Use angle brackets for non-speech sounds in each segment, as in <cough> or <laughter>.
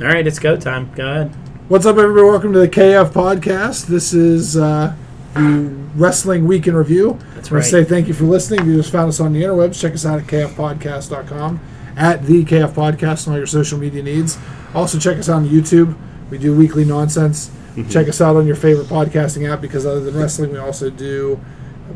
All right, it's go time. Go ahead. What's up, everybody? Welcome to the KF podcast. This is uh, the Wrestling Week in Review. That's I want right. to say thank you for listening. If you just found us on the interwebs, check us out at kfpodcast.com, at the KF Podcast, and all your social media needs. Also, check us out on YouTube. We do weekly nonsense. Mm-hmm. Check us out on your favorite podcasting app because other than wrestling, we also do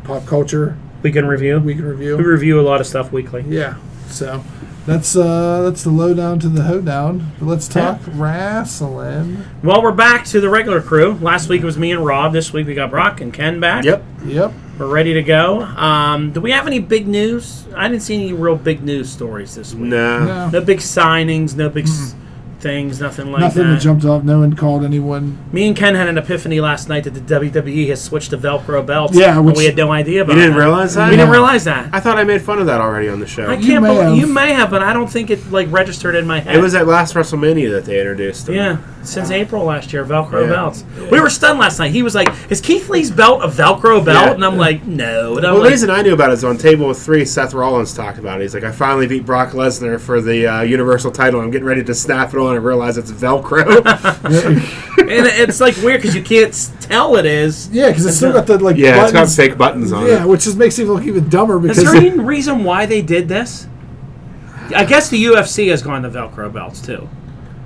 pop culture We can review. We, week in review. review a lot of stuff weekly. Yeah. So that's uh that's the lowdown to the hoedown. But let's talk wrestling. Well, we're back to the regular crew. Last week it was me and Rob. This week we got Brock and Ken back. Yep. Yep. We're ready to go. Um, do we have any big news? I didn't see any real big news stories this week. Nah. No. No big signings, no big s Mm-hmm. things, nothing like Nothing that. that jumped off. No one called anyone. Me and Ken had an epiphany last night that the WWE has switched to Velcro belts. Yeah, and which- we had no idea about. You didn't that. realize that? We didn't realize that. I thought I made fun of that already on the show. I You can't you may have. you may have, but I don't think it like registered in my head. It was at last WrestleMania that they introduced them. Yeah, since April last year, Velcro Yeah. belts. We were stunned last night. He was like, "Is Keith Lee's belt a Velcro belt?" Yeah. And I'm like, "No." And I'm Well, the like, reason I knew about it is on Table Three, Seth Rollins talked about it. He's like, "I finally beat Brock Lesnar for the uh, Universal title. I'm getting ready to snap it on and realize <laughs> it's Velcro." and it's like weird because you can't s- tell it is. Yeah, because it's still got the like. yeah, it's got buttons. fake buttons on Yeah, it. which just makes it look even dumber Is because there any reason why they did this? I guess the UFC has gone to Velcro belts too,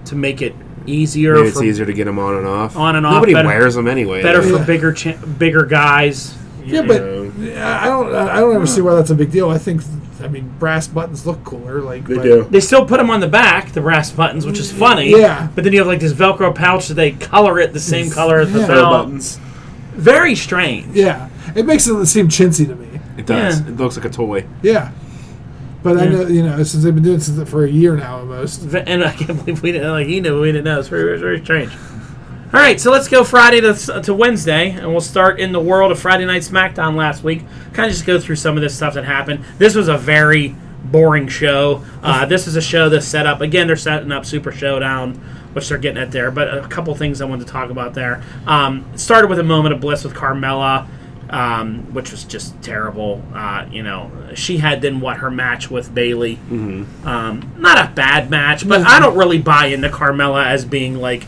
to make it easier Maybe it's for easier to get them on and off. On and off, Nobody better- wears them anyway. better Yeah. for bigger cha- bigger guys. yeah, but I I don't I don't ever see why that's a big deal. I think I mean brass buttons look cooler. Like they but- do. They still put them on the back, the brass buttons, which is funny. Yeah. But then you have like this Velcro pouch that they color it the same color as the Yeah. Better belt. buttons. Very strange. Yeah, it makes it seem chintzy to me. It does. Yeah. It looks like a toy. Yeah, but I Yeah. know you know since they've been doing it since for a year now almost. Ve- <laughs> and I can't believe we didn't like he knew we didn't know. It's very, very, very strange. All right, so let's go Friday to, s- to Wednesday, and we'll start in the world of Friday Night SmackDown last week. Kind of just go through some of this stuff that happened. This was a very boring show. Uh, this is a show that's set up again. They're setting up Super Showdown, which they're getting at there. But a couple things I wanted to talk about there. Um, it started with a moment of bliss with Carmella. Um, which was just terrible. Uh, you know, she had then what her match with Bailey. Um, not a bad match, but I don't really buy into Carmella as being like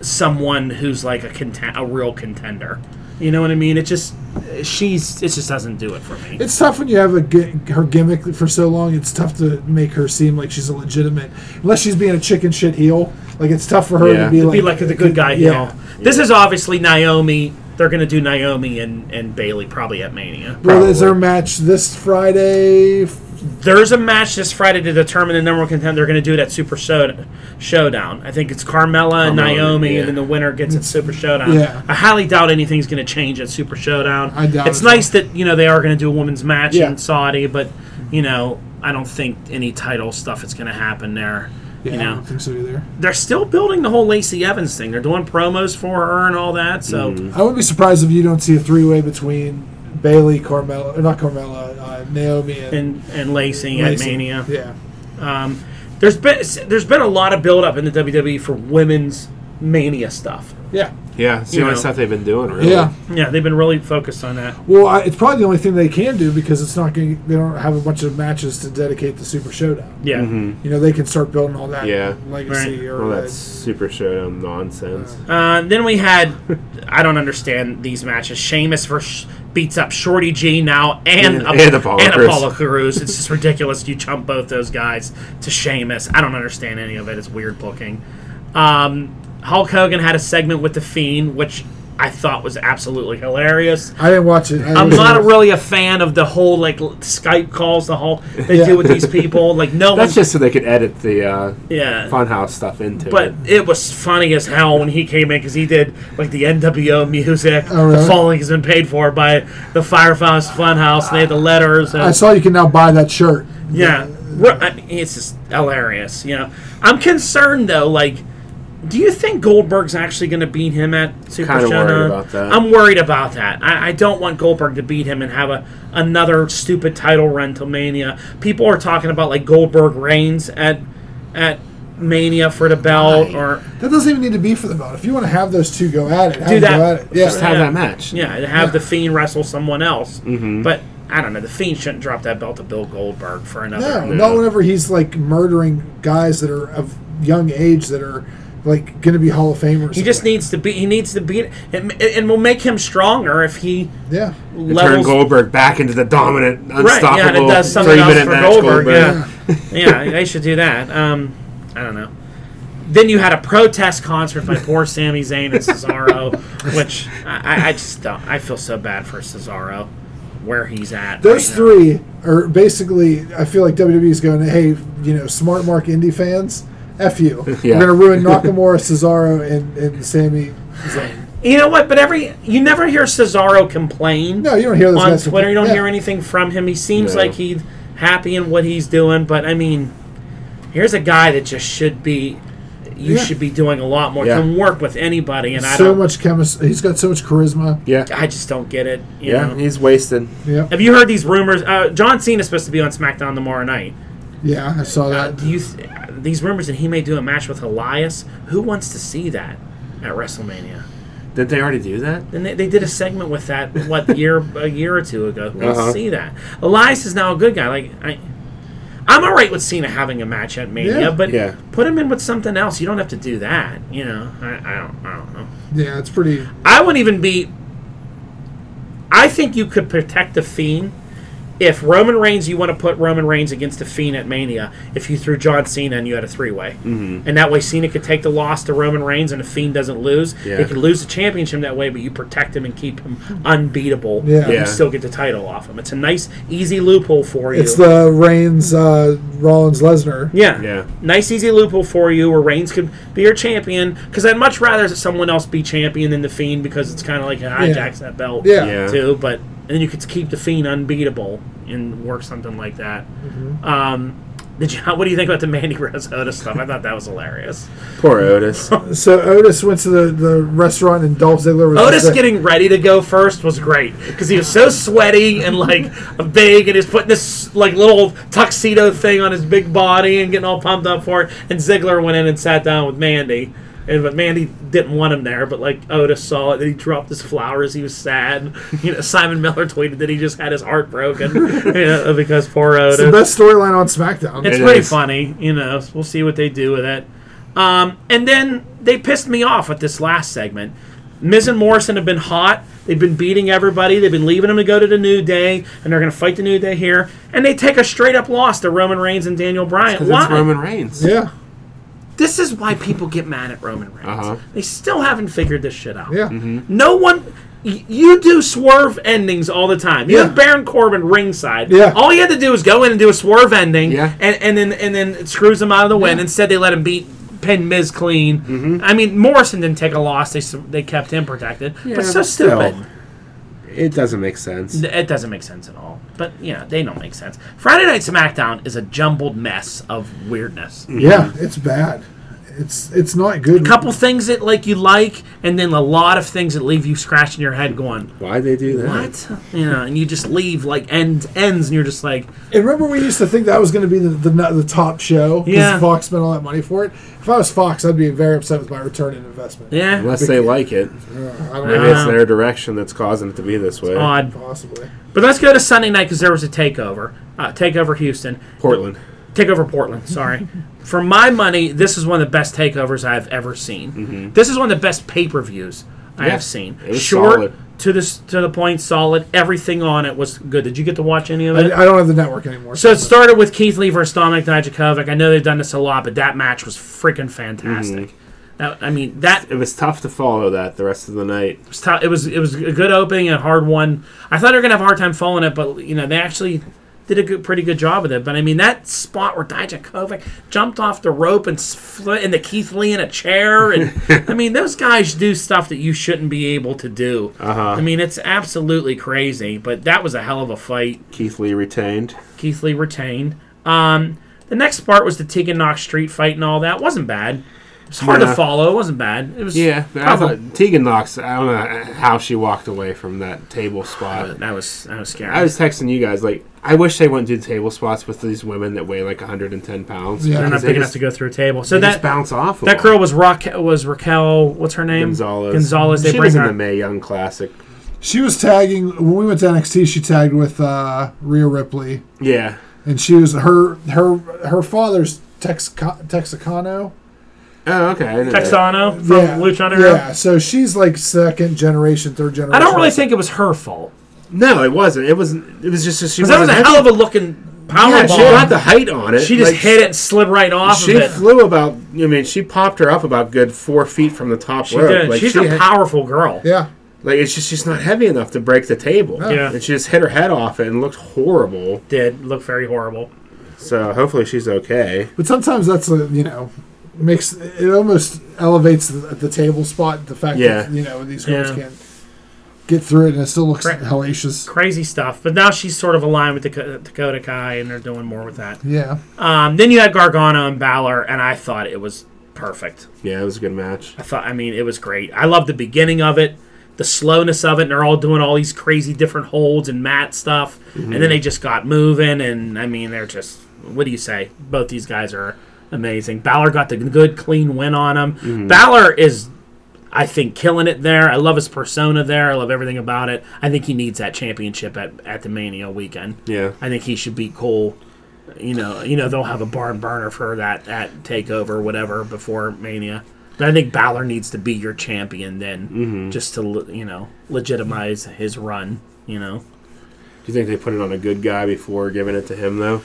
someone who's like a content, a real contender. You know what I mean? It just she's it just doesn't do it for me. It's tough when you have a gi- her gimmick for so long. It's tough to make her seem like she's a legitimate, unless she's being a chicken shit heel. Like it's tough for her Yeah. to be To like Be like the good guy. you Yeah, know. This is obviously Naomi. They're gonna do Naomi and and Bailey probably at Mania. well, is Probably. their match this Friday? F- There's a match this Friday to determine the number one contender. They're gonna do it at Super Show- Showdown. I think it's Carmella and Carmella, Naomi, yeah. and then the winner gets at Super Showdown. Yeah. I highly doubt anything's gonna change at Super Showdown. I doubt It's it. nice that you know they are gonna do a women's match Yeah. in Saudi, but you know I don't think any title stuff is gonna happen there. Yeah, you I know don't think so either. they're still building the whole Lacey Evans thing. They're doing promos for her and all that. So Mm-hmm. I wouldn't be surprised if you don't see a three way between Bailey, Carmella, or not Carmella, uh, Naomi, and, and and Lacey, at Lacey. Mania. Yeah, Um, there's been there's been a lot of build up in the WWE for women's Mania stuff. yeah, Yeah, it's the You only know. stuff they've been doing. Really. yeah. Yeah, they've been really focused on that. Well, I, it's probably the only thing they can do because it's not going. They don't have a bunch of matches to dedicate the Super Showdown. Yeah. Mm-hmm. You know, they can start building all that Yeah. legacy Right. or All uh, that super show nonsense. Uh, then we had I don't understand these matches. Sheamus versus beats up Shorty G now and And- and Apollo and Crews. Apollo Crews. It's just ridiculous. You chump both those guys to Sheamus. I don't understand any of it. It's weird booking. Um, Hulk Hogan had a segment with the Fiend, which I thought was absolutely hilarious. I didn't watch it. I I'm Mm-hmm. was- not really a fan of the whole like l- Skype calls, the whole they Yeah. do with <laughs> these people. Like no one, That's just so they could edit the uh, yeah. Funhouse stuff into But it. it was funny as hell when he came in because he did like the NWO music. Oh, The really? falling has been paid for by the Firefox Funhouse. They had the letters. And, I saw you can now buy that shirt. yeah, Ru- I mean, it's just hilarious. You know, I'm concerned though. Like, do you think Goldberg's actually going to beat him at Super Kinda worried Showdown? about that. I'm worried about that. I, I don't want Goldberg to beat him and have a another stupid title run till Mania. People are talking about like Goldberg reigns at at Mania for the belt or That doesn't even need to be for the belt. If you want to have those two go at it, have Do that. them go at it. Just Yeah. have Yeah. that match. Mm-hmm. yeah, to have the Fiend wrestle someone else. But I don't know. The Fiend shouldn't drop that belt to Bill Goldberg for another. No, not whenever he's like murdering guys that are of young age that are like going to be Hall of Famers. He just needs to be. He needs to be, and, and we'll make him stronger if he yeah. It turned levels. Goldberg back into the dominant, Right, unstoppable yeah, and it does something else three-minute for match Goldberg. Yeah, <laughs> yeah, they should do that. Um, I don't know. Then you had a protest concert by poor Sami Zayn and Cesaro, which I, I just don't. I feel so bad for Cesaro, where he's at. Those right now. three are basically. I feel like WWE is going, hey, you know, smart mark indie fans, f <laughs> you. Yeah. We're going to ruin Nakamura, Cesaro, and and Sammy. Zayn. You know what? But every you never hear Cesaro complain. No, you don't hear this on guys- Twitter. You don't yeah. hear anything from him. He seems No. like he's happy in what he's doing, but I mean, here's a guy that just should be. You Yeah. should be doing a lot more. Yeah. Can work with anybody, and I So don't. much chemistry. He's got so much charisma. Yeah, yeah, I just don't get it. You yeah. Know? He's wasted. Yeah, Have you heard these rumors? Uh, John Cena's supposed to be on SmackDown tomorrow night. yeah, I saw Uh, that. do you th- these rumors that he may do a match with Elias? Who wants to see that at WrestleMania? Did they already do that? And they, they did a segment with that what <laughs> year a year or two ago. Who wants to Uh-huh. see that? Elias is now a good guy. Like I, I'm all right with Cena having a match at Mania, Yeah. but Yeah. put him in with something else. You don't have to do that. You know, I, I don't. I don't know. Yeah, it's pretty. I wouldn't even be. I think you could protect the Fiend if Roman Reigns. You want to put Roman Reigns against the Fiend at Mania if you threw John Cena and you had a three way, mm-hmm. and that way Cena could take the loss to Roman Reigns and the Fiend doesn't lose. Yeah. They could lose the championship that way, but you protect him and keep him unbeatable. Yeah. and Yeah. you still get the title off him. It's a nice, easy loophole for you. It's the Reigns, uh, Rollins, Lesnar. Yeah. Yeah. Nice, easy loophole for you where Reigns could be your champion. Because I'd much rather someone else be champion than The Fiend because it's kind of like it hijacks that belt, Yeah. Yeah. too. But and then you could keep The Fiend unbeatable and work something like that. Um, did you, <laughs> what do you think about the Mandy Rose Otis stuff? I thought that was hilarious. <laughs> Poor Otis. So Otis went to the, the restaurant and Dolph Ziggler was Otis just like- getting ready to go first was great because he was so sweaty and like big, and he's putting this like little tuxedo thing on his big body and getting all pumped up for it. And Ziggler went in and sat down with Mandy, and but Mandy didn't want him there. But like Otis saw it, and he dropped his flowers. He was sad. <laughs> You know, Simon Miller tweeted that he just had his heart broken <laughs> you know, because poor Otis. It's the best storyline on SmackDown. It's It pretty is. funny, you know. We'll see what they do with it. Um, and then they pissed me off with this last segment. Miz and Morrison have been hot. They've been beating everybody. They've been leaving them to go to the New Day, and they're going to fight the New Day here. And they take a straight up loss to Roman Reigns and Daniel Bryan. Because Why? it's Roman Reigns. yeah, This is why people get mad at Roman Reigns. Uh-huh. They still haven't figured this shit out. yeah. No one. y- You do swerve endings all the time. You Yeah. have Baron Corbin ringside. Yeah. All he had to do was go in and do a swerve ending. Yeah. And, and then and then it screws him out of the win. Yeah. Instead, they let him beat pin Miz clean. I mean, Morrison didn't take a loss. They s- they kept him protected. but so but stupid. still. It doesn't make sense. It doesn't make sense at all. But you know they don't make sense. Friday Night SmackDown is a jumbled mess of weirdness. Yeah, it's bad. It's it's not good. couple things that like you like, and then a lot of things that leave you scratching your head going. Why'd they do that? what you know and you just leave like end ends and you're just like And remember, we used to think that was going to be the, the the top show because Yeah. Fox spent all that money for it. If I was Fox, I'd be very upset with my return on investment. yeah Unless they like it. I don't Maybe know, it's their direction that's causing it to be this way. odd possibly. but let's go to sunday night because there was a takeover uh, takeover houston Portland. takeover portland <laughs> sorry for my money this is one of the best takeovers i've ever seen this is one of the best pay-per-views i Mm-hmm. Yeah, have seen it was short solid. to this to the point solid everything on it was good did you get to watch any of I, it I don't have the network anymore. So it started with Keith Lee versus Dominic Dijakovic. I know they've done this a lot, but that match was freaking fantastic. Mm-hmm. That, I mean, that It was tough to follow that the rest of the night. was tou- it was it was a good opening and a hard one. I thought they were gonna have a hard time following it, but you know they actually did a good, pretty good job with it. But I mean that spot where Dijakovic jumped off the rope and fl- into Keith Lee in a chair, <laughs> and I mean those guys do stuff that you shouldn't be able to do. Uh-huh. I mean it's absolutely crazy, but that was a hell of a fight. Keith Lee retained. Keith Lee retained. Um, the next part was the Tegan Knox street fight and all that. wasn't bad. It was hard Yeah. to follow. It wasn't bad. It was Yeah, but I probably- thought Tegan Knox. I don't know how she walked away from that table spot. that was that was scary. I was texting you guys like, I wish they wouldn't do table spots with these women that weigh like 110 pounds. Yeah. They're not because big they enough just, to go through a table. So they just that bounce off. of that them. girl was Raquel. Was Raquel? What's her name? Gonzalez. Gonzalez. They she bring was in her. the May Young Classic. she was tagging when we went to NXT. She tagged with uh, Rhea Ripley, Yeah, and she was her her her father's Tex, Texicano. Oh, okay. I didn't know that. Texano from yeah, Lucha Underground. yeah. So she's like second generation, third generation. I don't really think it was her fault. No, it wasn't. It was. It was just she. Because that was a wasn't- hell of a looking power Yeah, bomb. she got the height on it. She just Like, hit it and slid right off She of it. flew about. I mean, she popped her up about good four feet from the top She rope. did. Like She's she a had- powerful girl. Yeah, Like it's just she's not heavy enough to break the table. Yeah. And she just hit her head off it and looked horrible. Did look very horrible. So hopefully she's okay. but sometimes that's a, you know makes it almost elevates the, the table spot. The fact Yeah. that you know these girls Yeah. can't get through it, and it still looks Correct. hellacious. Crazy stuff. But now she's sort of aligned with Dakota, Dakota Kai, and they're doing more with that. Yeah, Um, then you had Gargano and Balor, and I thought it was perfect. Yeah, it was a good match. I thought, I mean, it was great. I love the beginning of it, the slowness of it, and they're all doing all these crazy different holds and mat stuff, and then they just got moving, and I mean, they're just, what do you say? Both these guys are amazing. Balor got the good, clean win on him. Balor is, I think, killing it there. I love his persona there. I love everything about it. I think he needs that championship at, at the Mania weekend. Yeah. I think he should be cool. You know, you know they'll have a barn burner for that at takeover, whatever, before Mania. But I think Balor needs to be your champion then, just to le- you know legitimize his run. You know, Do you think they put it on a good guy before giving it to him though?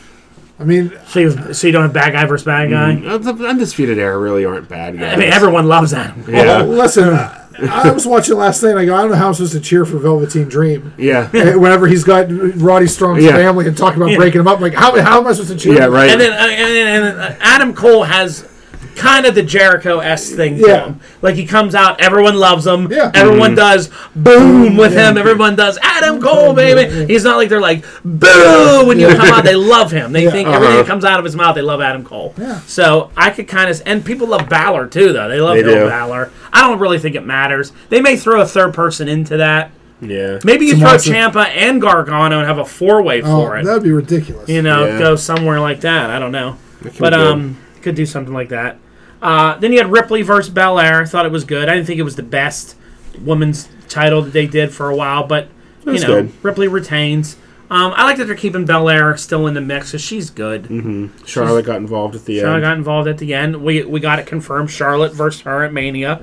I mean, so you, so you don't have bad guy versus bad guy. Uh, The Undisputed Era really aren't bad guys. I mean, Oh. everyone loves Adam. Cole. Yeah. well, oh, listen. I, I was watching last night. And I go, I don't know how I'm supposed to cheer for Velveteen Dream. <laughs> Yeah. Eh, Whenever he's got Roddy Strong's Yeah. family and talking about breaking him up, like how, how am I supposed to cheer? Yeah. Right. And then uh, and, then- and, then, uh, Adam Cole has kind of the Jericho s thing to Yeah. him. Like he comes out, everyone loves him. Yeah. Everyone Mm-hmm. does boom with him. Everyone does Adam Cole, baby. He's not like they're like boo when you come out. They love him. They think everything that Uh-huh. comes out of his mouth, they love Adam Cole. Yeah. So I could kind of and people love Balor too, though. They love They Bill do. Balor. I don't really think it matters. They may throw a third person into that. Yeah. Maybe you throw Tommaso. Champa and Gargano and have a four way Oh, for it that'd be ridiculous. you know, Yeah. go somewhere like that. I don't know, could but be good. um, could do something like that. Uh, then you had Ripley versus Belair. I thought it was good. I didn't think it was the best women's title that they did for a while, but you was know, good. Ripley retains. Um, I like that they're keeping Belair still in the mix because she's good. Mm-hmm. Charlotte got involved at the I end. got involved at the end. We we got it confirmed. Charlotte versus her at Mania,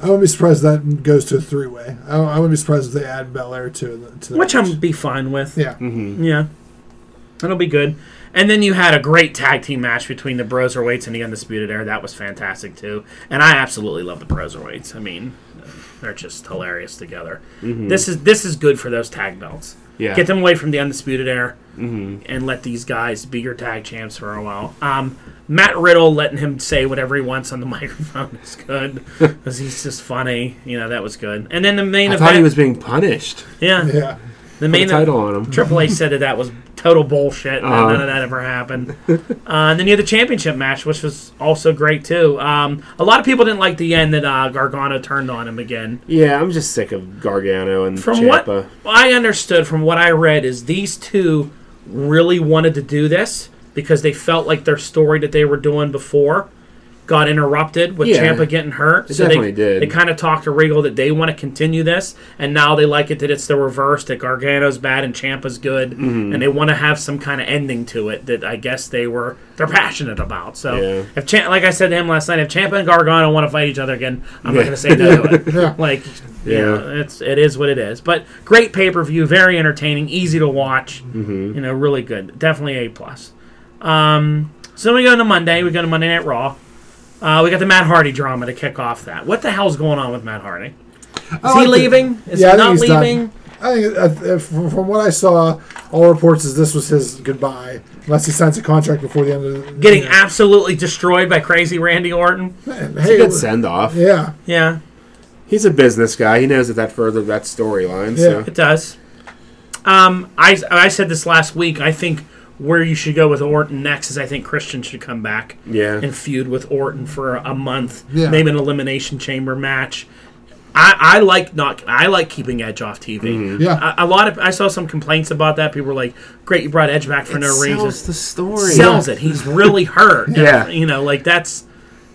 I wouldn't be surprised if that goes to a three way. I, I wouldn't be surprised if they add Bel Air to the to the which I'm match. be fine with. yeah. Mm-hmm. Yeah. That'll be good. And then you had a great tag team match between the Broserweights and the Undisputed Era. That was fantastic, too. And I absolutely love the Broserweights. I mean, they're just hilarious together. This is this is good for those tag belts. Mm-hmm. Yeah. Mm-hmm. Get them away from the Undisputed Era and let these guys be your tag champs for a while. Um, Matt Riddle letting him say whatever he wants on the <laughs> microphone is good because he's just funny. You know, that was good. And then the main I event. thought he was being punished. yeah. <laughs> Yeah. The Put a main title on him. Triple H said that that was total bullshit. and Uh-huh. None of that ever happened. uh, and then you had the championship match, which was also great too. Um, a lot of people didn't like the end that uh, Gargano turned on him again. Yeah, I'm just sick of Gargano and From Ciampa. what I understood, from what I read, is these two really wanted to do this because they felt like their story that they were doing before got interrupted with Yeah. Champa getting hurt. They definitely they, did. They kind of talked to Regal that they want to continue this, and now they like it that it's the reverse that Gargano's bad and Champa's good, Mm-hmm. and they want to have some kind of ending to it that I guess they were they're passionate about. So Yeah. if Champ, like I said to him last night, if Champa and Gargano want to fight each other again, I'm not Yeah. going to say no <laughs> to it. Yeah. Like you Yeah. know, it's it is what it is. But great pay per view, very entertaining, easy to watch. You know, really good. Definitely a plus. Um, so then we go to Monday. We go to Monday Night Raw. Uh, we got the Matt Hardy drama to kick off that. What the hell's going on with Matt Hardy? Is I he like the- leaving? Is Yeah, I he think not he's done. leaving? I think uh, if, from what I saw, all reports is this was his goodbye, unless he signs a contract before the end of the Getting absolutely destroyed by crazy Randy Orton. Man, It's a hey, good send off. yeah, Yeah, He's a business guy. He knows that that furthered that storyline. So. it does. Um, I I said this last week. I think where you should go with Orton next is I think Christian should come back. Yeah. and feud with Orton for a month. Yeah. Maybe an elimination chamber match. I, I like not I like keeping Edge off TV. yeah. A, a lot of I saw some complaints about that. People were like, "Great, you brought Edge back for no reason." sells the story. sells it. He's really hurt. <laughs> Yeah. you know, like that's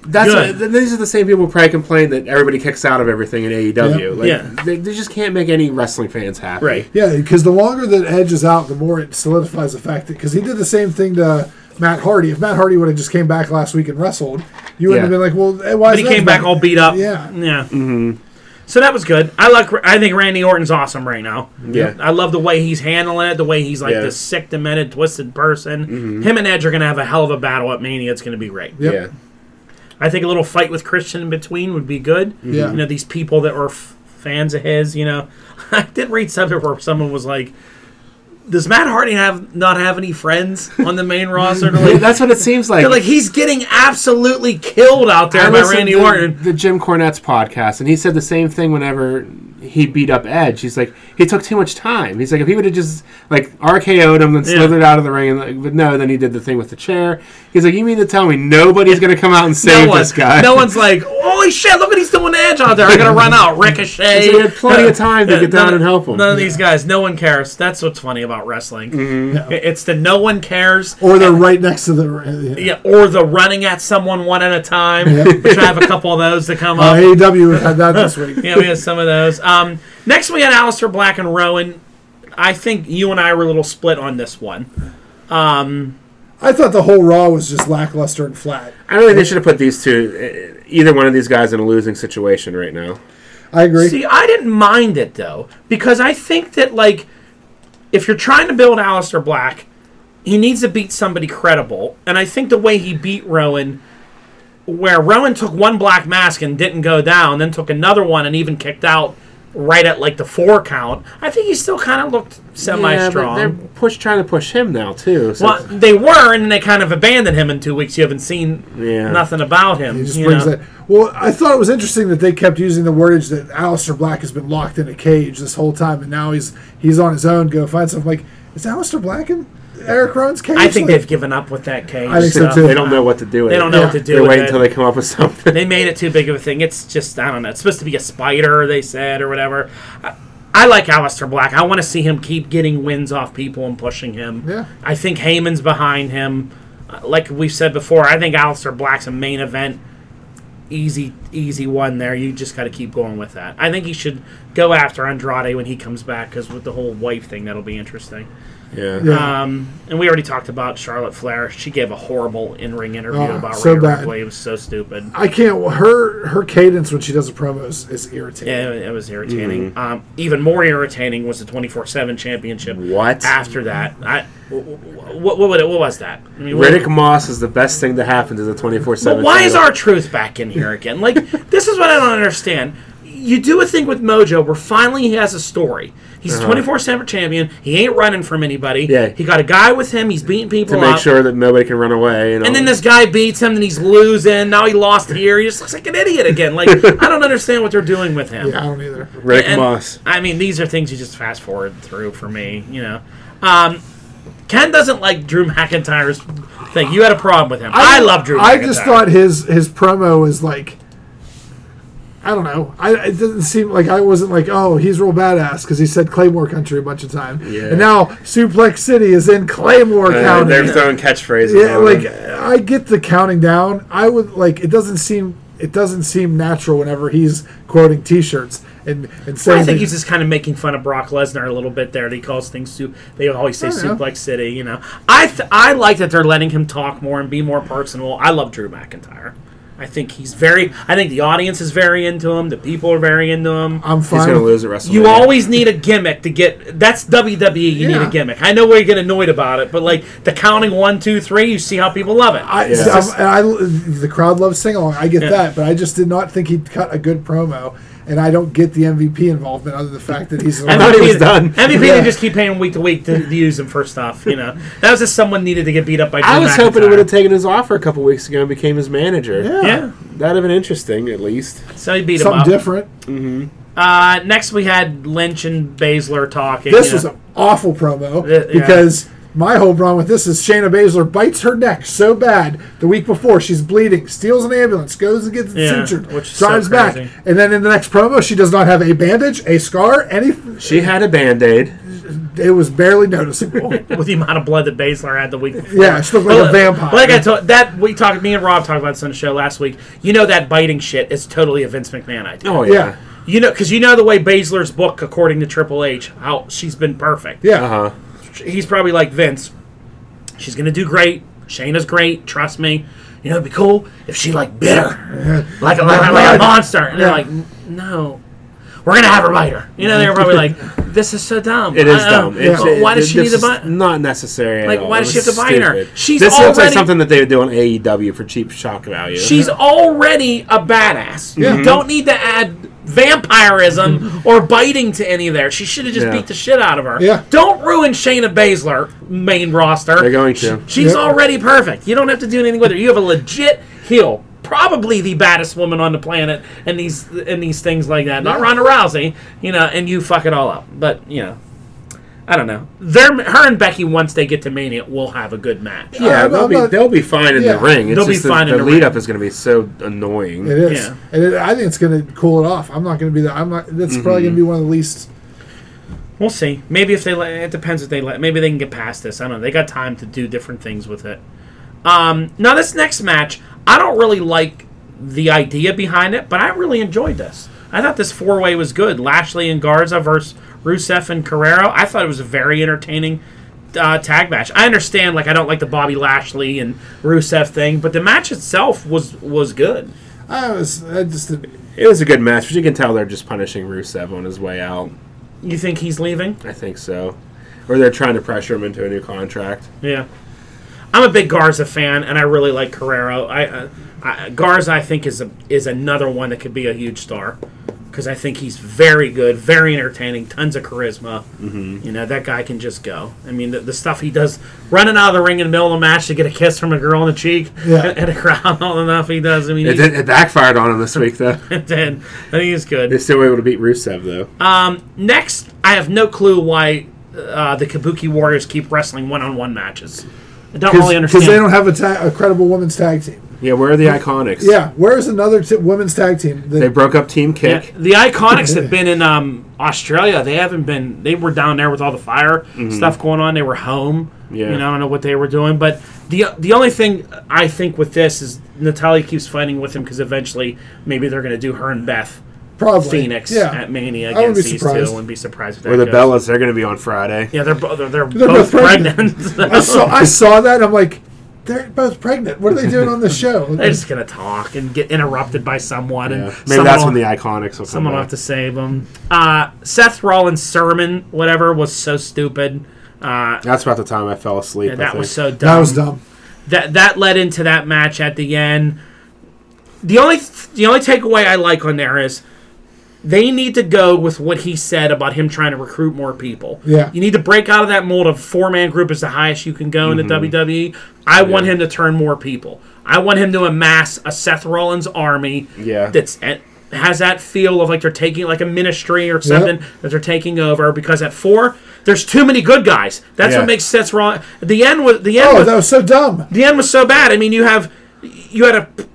That's Good. what- these are the same people who probably complain that everybody kicks out of everything in AEW. Like, Yeah. They, they just can't make any wrestling fans happy. right. Yeah, because the longer that Edge is out, the more it solidifies the fact that because he did the same thing to Matt Hardy. If Matt Hardy would have just came back last week and wrestled, you would Yeah. have been like, well, eh, why? But he isn't came that back all beat up. Yeah. Yeah. Mm-hmm. So that was good. I like. I think Randy Orton's awesome right now. Yeah. I love the way he's handling it. The way he's like Yeah. Mm-hmm. this sick, demented, twisted person. Him and Edge are gonna have a hell of a battle at Mania. It's gonna be great. Yep. Yeah. I think a little fight with Christian in between would be good. Mm-hmm. Yeah. You know, these people that were f- fans of his, you know. <laughs> I did read something where someone was like, does Matt Hardy have not have any friends on the main roster? <laughs> They're like, That's what it seems like. they're like, he's getting absolutely killed out there I by listened Randy to Orton. The Jim Cornette's podcast, and he said the same thing whenever he beat up Edge. He's like, he took too much time. He's like, if he would have just like RKO'd him and Yeah. slithered out of the ring, and like, but no, then he did the thing with the chair. He's like, you mean to tell me nobody's gonna come out and save No, one, this guy? no one's like, holy shit, look what he's doing to Edge out there. I gotta run out. Ricochet. So he had plenty of time to Yeah, get down none- and help him. None of these guys, no one cares. That's what's funny about wrestling. Mm-hmm. It- It's the no one cares. Or they're right next to the. uh, Yeah, or the running at someone one at a time, <laughs> which I have a couple of those to <laughs> Oh, come Uh, up. AEW has had <laughs> that this week. Yeah, we have some of those. Um, next, we had Alistair Black and Rowan. I think you and I were a little split on this one. I thought the whole Raw was just lackluster and flat. <laughs> I really, they should have put these two, eh, either one of these guys, in a losing situation right now. I agree. See, I didn't mind it though because I think that like if you're trying to build Alistair Black, he needs to beat somebody credible, and I think the way he beat Rowan. Where Rowan took one black mask and didn't go down, then took another one and even kicked out right at like the four count. I think he still kind of looked semi-strong. they're push trying to push him now too. So Well, they were, and then they kind of abandoned him in two weeks. You haven't seen Yeah. nothing about him. It just you brings know? that. Well, I thought it was interesting that they kept using the wordage that Alistair Black has been locked in a cage this whole time, and now he's he's on his own. Go find something. Like, is Alistair Black in Eric Rowan's cage? I think Like, they've given up with that cage. I think so, stuff. too. they don't know what to do. With They it. don't know what to do They're with waiting it. until they come up with something. They made it too big of a thing. It's just I don't know. It's supposed to be a spider, they said, or whatever. I, I like Alistair Black. I want to see him keep getting wins off people and pushing him. Yeah. I think Heyman's behind him. Uh, Like we've said before, I think Alistair Black's a main event easy easy one there. You just got to keep going with that. I think he should go after Andrade when he comes back because with the whole wife thing, that'll be interesting. yeah. Yeah. Um, and we already talked about Charlotte Flair. She gave a horrible in-ring interview Oh, about so Rhea bad. Ripley. It was so stupid. I can't. Her her cadence when she does the promos is irritating. Yeah, it was irritating. Mm-hmm. Um, even more irritating was the twenty four seven championship. What? after that? I what what, what, what was that? I mean, what- Riddick Moss is the best thing to happen to the 24 But 7. why is our truth back in here again? Like <laughs> this is what I don't understand. You do a thing with Mojo where finally he has a story. He's a twenty four seven champion. He ain't running from anybody. Uh-huh. Yeah. He got a guy with him. He's beating people To make up. sure that nobody can run away. You know? And then this guy beats him, and he's losing. Now he lost here. He just looks like an idiot again. <laughs> Like I don't understand what they're doing with him. I don't either. Riddick And, Moss. I mean, these are things you just fast forward through for me, you know. Um, Ken doesn't like Drew McIntyre's thing. You had a problem with him. I, love Drew. I McIntyre. just thought his his promo was like. I don't know. I it didn't seem like I wasn't like, oh, he's real badass because he said Claymore Country a bunch of time, Yeah. and now Suplex City is in Claymore Uh, County. they're throwing catchphrases. Yeah, on like him. I get the counting down. I would like it doesn't seem it doesn't seem natural whenever he's quoting T-shirts and and saying. I think that- he's just kind of making fun of Brock Lesnar a little bit there. That he calls things su- They always say I don't know. Suplex City, you know. I th- I like that they're letting him talk more and be more personal. I love Drew McIntyre. I think he's very. I think the audience is very into him. The people are very into him. I'm He's fine. going to with- lose at WrestleMania. You always need a gimmick to get. That's WWE. You need Yeah. a gimmick. I know where you get annoyed about it, but like the counting one, two, three, you see how people love it. I, Yeah. I'm- and I, the crowd loves sing along. I get Yeah. that, but I just did not think he'd cut a good promo, and I don't get the MVP involvement other than the fact that he's. MVP thought he was they- done. MVP, Yeah. they just keep paying week to week to, to use him for stuff. You know, that was just someone needed to get beat up by. Drew I was hoping it McIntyre. would have taken his offer a couple weeks ago and became his manager. Yeah, That'd have been interesting, at least. so he beat him something up. different. Uh, next, we had Lynch and Baszler talking. This you was know. an awful promo Th- yeah. because my whole problem with this is Shayna Baszler bites her neck so bad the week before she's bleeding, steals an ambulance, goes and gets it Yeah, sutured, which is drives so back, crazy. and then in the next promo she does not have a bandage, a scar, any. She had a band aid. It was <laughs> barely noticeable. with the amount of blood that Baszler had the week before. yeah, she looked like a Well, vampire. Like I told that we talked, me and Rob talked about this on the show last week. You know that biting shit is totally a Vince McMahon idea. Oh, yeah. yeah, You know, because you know the way Baszler's book, according to Triple H, how she's been perfect. yeah. Uh huh. He's probably like Vince. She's gonna do great. Shayna's great. Trust me. You know, it'd be cool if she like bit her, like a like, a- like a monster. And they're like, "N- no, we're gonna have her bite her. You know, they're probably like, this is so dumb. It is I- I- dumb. It's, well, it- why does it- she need this to is bite? Not necessary. at Like, all. why It does she was have to bite her? stupid. She's this looks like already- something that they would do on AEW for cheap shock value. She's already a badass. Yeah. You don't need to add vampirism or biting to any of there. She should have just Yeah. beat the shit out of her. Yeah. Don't ruin Shayna Baszler main roster. They're going to. She's Yeah. already perfect. You don't have to do anything with her. You have a legit heel. Probably the baddest woman on the planet, and these and these things like that. Not Ronda Rousey, you know, and you fuck it all up. But you know, I don't know. They're, her and Becky once they get to Mania will have a good match. yeah, I'm- Uh, they'll I'm be not- they'll be fine in Yeah. the ring. It's They'll be just fine the, in the the lead ring. up is going to be so annoying. It is, Yeah. and it, I think it's going to cool it off. I'm not going to be that. I'm not. Mm-hmm. That's probably going to be one of the least. We'll see. Maybe if they let, it depends if they let. Maybe they can get past this. I don't know. They got time to do different things with it. Um, now this next match, I don't really like the idea behind it, but I really enjoyed this. I thought this four way was good. Lashley and Garza versus Rusev and Guerrero. I thought it was a very entertaining uh, tag match. I understand, like I don't like the Bobby Lashley and Rusev thing, but the match itself was was good. I was. I just. didn't- It was a good match, but you can tell they're just punishing Rusev on his way out. You think he's leaving? I think so, or they're trying to pressure him into a new contract. Yeah, I'm a big Garza fan, and I really like Carrero. I, uh, I Garza, I think, is a, is another one that could be a huge star because I think he's very good, very entertaining, tons of charisma. Mm-hmm. You know, that guy can just go. I mean, the, the stuff he does, running out of the ring in the middle of the match to get a kiss from a girl on the cheek <laughs> Yeah. and, and a crowd, all the stuff he does. I mean, It, he's, did, it backfired on him this week, though. <laughs> it did. I think he's good. <laughs> they still were able to beat Rusev, though. Uh, Next, I have no clue why uh, the Kabuki Warriors keep wrestling one-on-one matches. I don't really understand. they don't have a, ta- a credible women's tag team. yeah, where are the Iconics? Yeah, where's another t- women's tag team? they That, broke up Team Yeah, Kick. the Iconics have been in um, Australia. They haven't been. They were down there with all the fire stuff going on. They were home. Mm-hmm. Yeah. You know, I don't know what they were doing, but the the only thing I think with this is Natalia keeps fighting with him because eventually maybe they're going to do her and Beth probably Phoenix Yeah, at Mania I wouldn't against be these surprised. two. Wouldn't be surprised if that Or the goes. Bellas, they're going to be on Friday. Yeah, they're both they're, they're both both pregnant. pregnant. so <laughs> I saw. I saw that. I'm like, they're both pregnant. What are they doing on the show? <laughs> they're just going to talk and get interrupted by someone, Yeah. and Maybe someone that's will- when the Iconics will come <laughs> Someone will back. have to save him. Uh, Seth Rollins' sermon, whatever, was so stupid. Uh, That's about the time I fell asleep. I that think. was so dumb. that was dumb. That that led into that match at the end. The only th- the only takeaway I like on there is they need to go with what he said about him trying to recruit more people. Yeah. you need to break out of that mold of four man group is the highest you can go Mm-hmm. in the WWE. I want him to turn more people. I want him to amass a Seth Rollins army. Yeah. that's at, has that feel of like they're taking like a ministry or something that they're taking over because at four there's too many good guys. That's Yeah. what makes Seth Rollins. The end was the end. Oh, was, that was so dumb. the end was so bad. I mean, you have you had a p-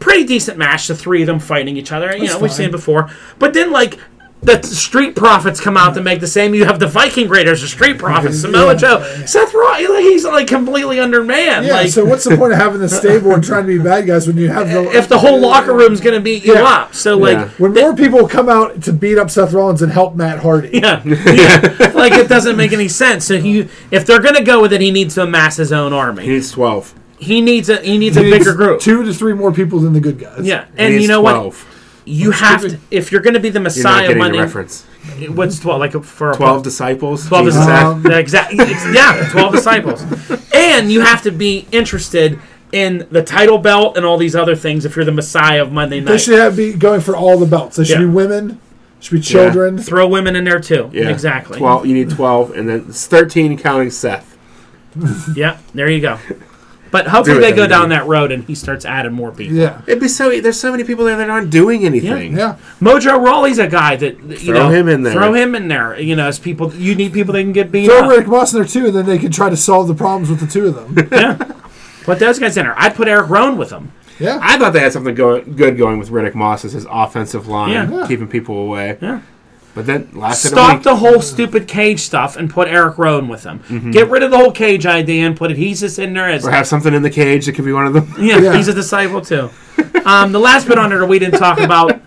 pretty decent match, the three of them fighting each other. You know, we've fine. seen it before. But then like the t- Street Profits come out to make the same. You have the Viking Raiders, the Street <laughs> Profits, Samoa Yeah. Joe, Seth Rollins. Like, he's like completely undermanned. Yeah. like, so what's the point of having the stable and trying to be bad guys when you have the if the whole locker room's gonna beat you Yeah. up, so like. Yeah. when more people come out to beat up Seth Rollins and help Matt Hardy? Yeah, <laughs> <laughs> yeah. like it doesn't make any sense. So he, if they're gonna go with it, he needs to amass his own He army. needs 12. He needs a he needs a He needs bigger group. two to three more people than the good guys. Yeah, He and needs you know what? 12. You have to if you're gonna be the You're not Messiah getting the Monday. reference. What's twelve like for a 12 disciples? 12 Jesus, disciples. that- Um, the exact, e, ex- yeah, 12 disciples. And you have to be interested in the title belt and all these other things if you're the Messiah of Monday They night. should have, be going for all the belts. They should Yeah. be women. Should be children. Throw women in there too. Yeah. Exactly. 12, you need 12, and then it's 13 counting Seth. Yeah, there you <laughs> go. But hopefully Do it they then, go dude. down that road and he starts adding more people. Yeah. It'd be so. e, There's so many people there that aren't doing anything. Yeah. Mojo Rawley's a guy that you Throw know him in there. Throw him in there. You know, as people you need people that can get beat Throw up. Rick Moss in there too, and then they can try to solve the problems with the two of <laughs> them. Put those guys in there. I'd put Eric Rowan with him. Yeah. I thought they had something going, good going with Riddick Moss as his offensive line, Yeah. Yeah. keeping people away. Yeah. But then lasted a Stop week. the whole stupid cage stuff and put Eric Rowan with him. Get rid of the whole cage idea and put adhesives in there as or have something in the cage that could be one of them. <laughs> Yeah, Yeah. he's a disciple too. Um, the last bit on it we didn't talk about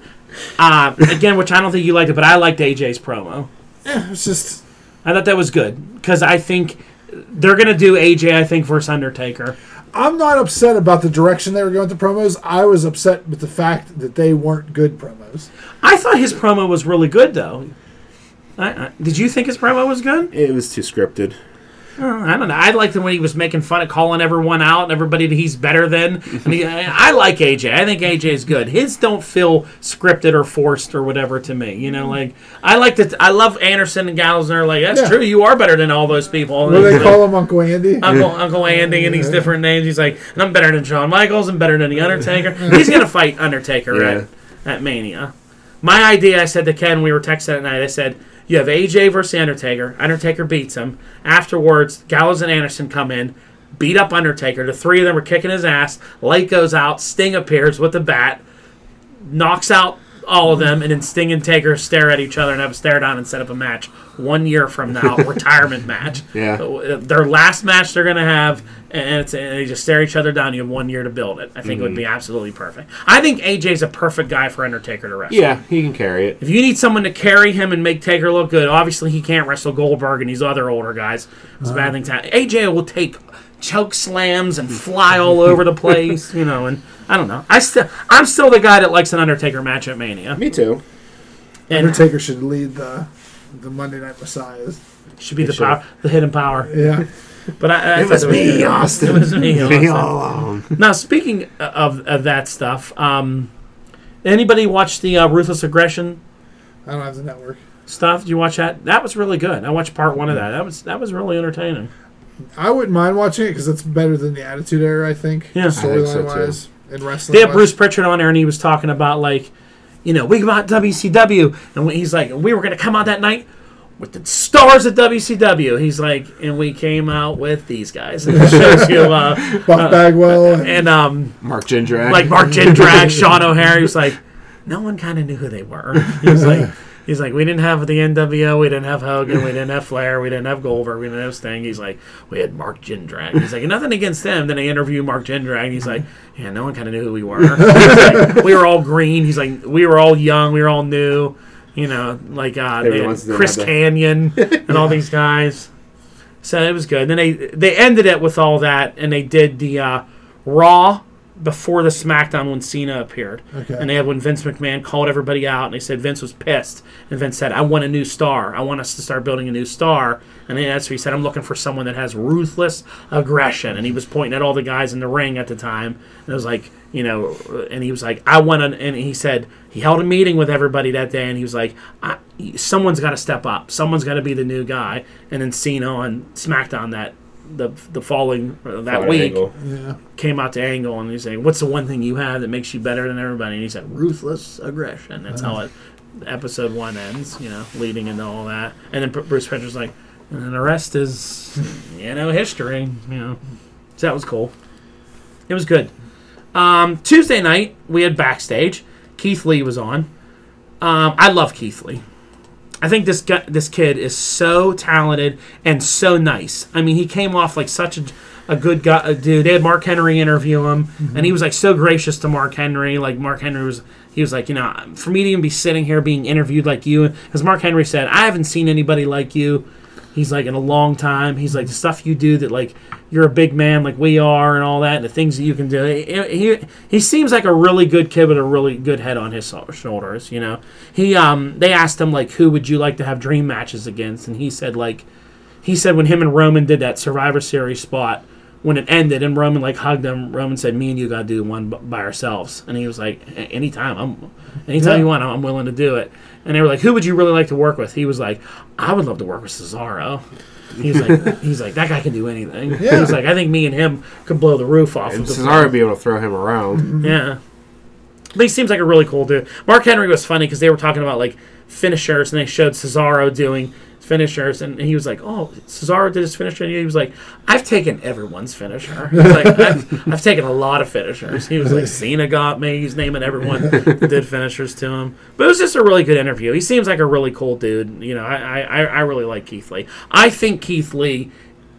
uh, again, which I don't think you liked it, but I liked AJ's promo. It's just I thought that was good because I think they're gonna do AJ, I think, versus Undertaker. I'm not upset about the direction they were going with the promos. I was upset with the fact that they weren't good promos. I thought his promo was really good, though. I, I, did you think his promo was good? It was too scripted. Uh, I don't know. I liked him when he was making fun of calling everyone out and everybody that he's better than. And he, I, I like AJ. I think AJ is good. His don't feel scripted or forced or whatever to me. You know, like I like that. I love Anderson and Gallows, and they're like, "That's Yeah. true. You are better than all those people." What do they call him, Uncle Andy? Uncle Uncle Andy and these different names. He's like, and I'm better than Shawn Michaels and better than the <laughs> Undertaker. He's gonna fight Undertaker Yeah. at, at Mania. My idea, I said to Ken, we were texting at night. I said, you have AJ versus the Undertaker. Undertaker beats him. Afterwards, Gallows and Anderson come in, beat up Undertaker. The three of them are kicking his ass. Light goes out. Sting appears with the bat, knocks out. All of them, and then Sting and Taker stare at each other and have a stare down and set up a match one year from <laughs> now, retirement match. Yeah. Uh, their last match they're gonna have, and, it's, and they just stare each other down. You have one year to build it. I think it Mhm. would be absolutely perfect. I think AJ's a perfect guy for Undertaker to wrestle. Yeah, he can carry it. If you need someone to carry him and make Taker look good, obviously he can't wrestle Goldberg and these other older guys. It's a Uh-huh. bad thing to happen. AJ will take choke slams and fly all <laughs> over the place, you know. And I don't know. I still, I'm still the guy that likes an Undertaker match at Mania. Me too. And Undertaker should lead the the Monday Night Messiahs. should be the should. power, the hidden power. Yeah, But I, I It thought was that was <laughs> me, good. Austin. It was me, Austin. all along. Now, speaking of, of that stuff, um, anybody watch the uh, Ruthless Aggression I don't have the network. stuff? Did you watch that? That was really good. I watched part one of that. That was that was really entertaining. I wouldn't mind watching it because it's better than the Attitude Era, I think. Yeah. I think so, storyline too. wise and wrestling. They had wise. Bruce Pritchard on there, and he was talking about like, you know, we got WCW, and we, he's like, we were gonna come out that night with the stars of WCW. He's like, and we came out with these guys. <laughs> And it shows you, uh, Buck Bagwell, and and um, Mark Jindrak. like Mark Jindrak, Sean O'Hare. He was like, no one kind of knew who they were. He was like, he's like, we didn't have the NWO, we didn't have Hogan, we didn't have Flair, we didn't have Goldberg, we didn't have Sting. He's like, we had Mark Jindrak. He's like, nothing against them. Then I interview Mark Jindrak, and he's like, yeah, no one kind of knew who we were. He's like, <laughs> we were all green. He's like, we were all young, we were all new. You know, like uh, they had Everyone's doing Chris that. Canyon and all these guys. So it was good. Then they they ended it with all that, and they did the uh, Raw before the SmackDown when Cena appeared, Okay. and they had when Vince McMahon called everybody out, and they said Vince was pissed, and Vince said, "I want a new star. I want us to start building a new star." And then that's what he said, "I'm looking for someone that has ruthless aggression," and he was pointing at all the guys in the ring at the time, and it was like. You know, and he was like, "I want," an, and he said he held a meeting with everybody that day, and he was like, I, "Someone's got to step up. Someone's got to be the new guy." And then Cena on SmackDown that the the following uh, that Fire week angle. yeah, came out to Angle and he's saying, "What's the one thing you have that makes you better than everybody?" And he said, "Ruthless aggression." That's how it, episode one ends. You know, leading into all that, and then Br- Bruce Pritchard's like, "And then the rest is, you know, history." You know, so that was cool. It was good. Um, Tuesday night we had backstage. Keith Lee was on. Um, I love Keith Lee. I think this guy, this kid is so talented and so nice. I mean, he came off like such a, a good guy, a dude. They had Mark Henry interview him, and he was like so gracious to Mark Henry. Like Mark Henry was, he was like, you know, for me to even be sitting here being interviewed like you, because Mark Henry said, I haven't seen anybody like you. He's like in a long time. He's like the stuff you do that like you're a big man like we are and all that and the things that you can do. He, he, he seems like a really good kid with a really good head on his so- shoulders. You know, he um they asked him like who would you like to have dream matches against and he said like he said when him and Roman did that Survivor Series spot when it ended and Roman like hugged him. Roman said me and you gotta do one b- by ourselves and he was like "A- anytime I'm anytime Yeah. you want I'm I'm willing to do it. And they were like, "Who would you really like to work with?" He was like, "I would love to work with Cesaro." He's like, he's like, that guy can do anything. He Yeah. was like, I think me and him could blow the roof off. And of the Cesaro would be able to throw him around. yeah. But he seems like a really cool dude. Mark Henry was funny because they were talking about like finishers and they showed Cesaro doing finishers and he was like, "Oh, Cesaro did his finisher." And he was like, "I've taken everyone's finisher. He's like, I've, I've taken a lot of finishers." He was like, "Cena got me." He's naming everyone that did finishers to him. But it was just a really good interview. He seems like a really cool dude. You know, I I, I I really like Keith Lee. I think Keith Lee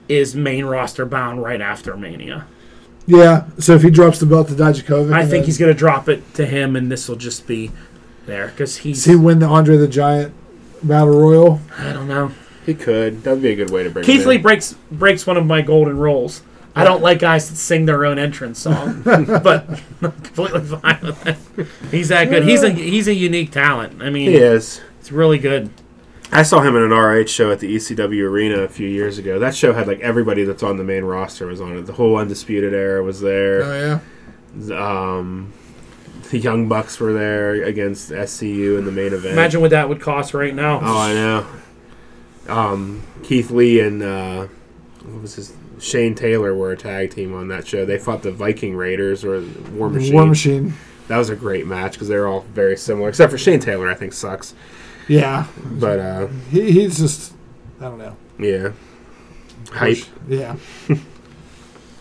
is main roster bound right after Mania. yeah. So if he drops the belt to Dijakovic, I think and then- he's going to drop it to him, and this will just be there because he's. Does he win the Andre the Giant Battle Royal? I don't know. He could. That'd be a good way to bring Keith him Lee in. breaks breaks one of my golden rules. I don't like guys that sing their own entrance <laughs> song, but <laughs> I'm completely fine with that. He's that good. He's a he's a unique talent. I mean, He is. it's really good. I saw him in an ROH show at the ECW arena a few years ago. That show had like everybody that's on the main roster was on it. The whole Undisputed Era was Oh there. yeah. Um, the Young Bucks were there against SCU in the main event. Imagine what that would cost right now. Oh, I know. Um, Keith Lee and uh, what was his Shane Taylor were a tag team on that show. They fought the Viking Raiders or War Machine. War Machine. That was a great match because they're all very similar, except for Shane Taylor. I think sucks, Yeah. but uh, He, he's just. I don't know. yeah, hype. Yeah.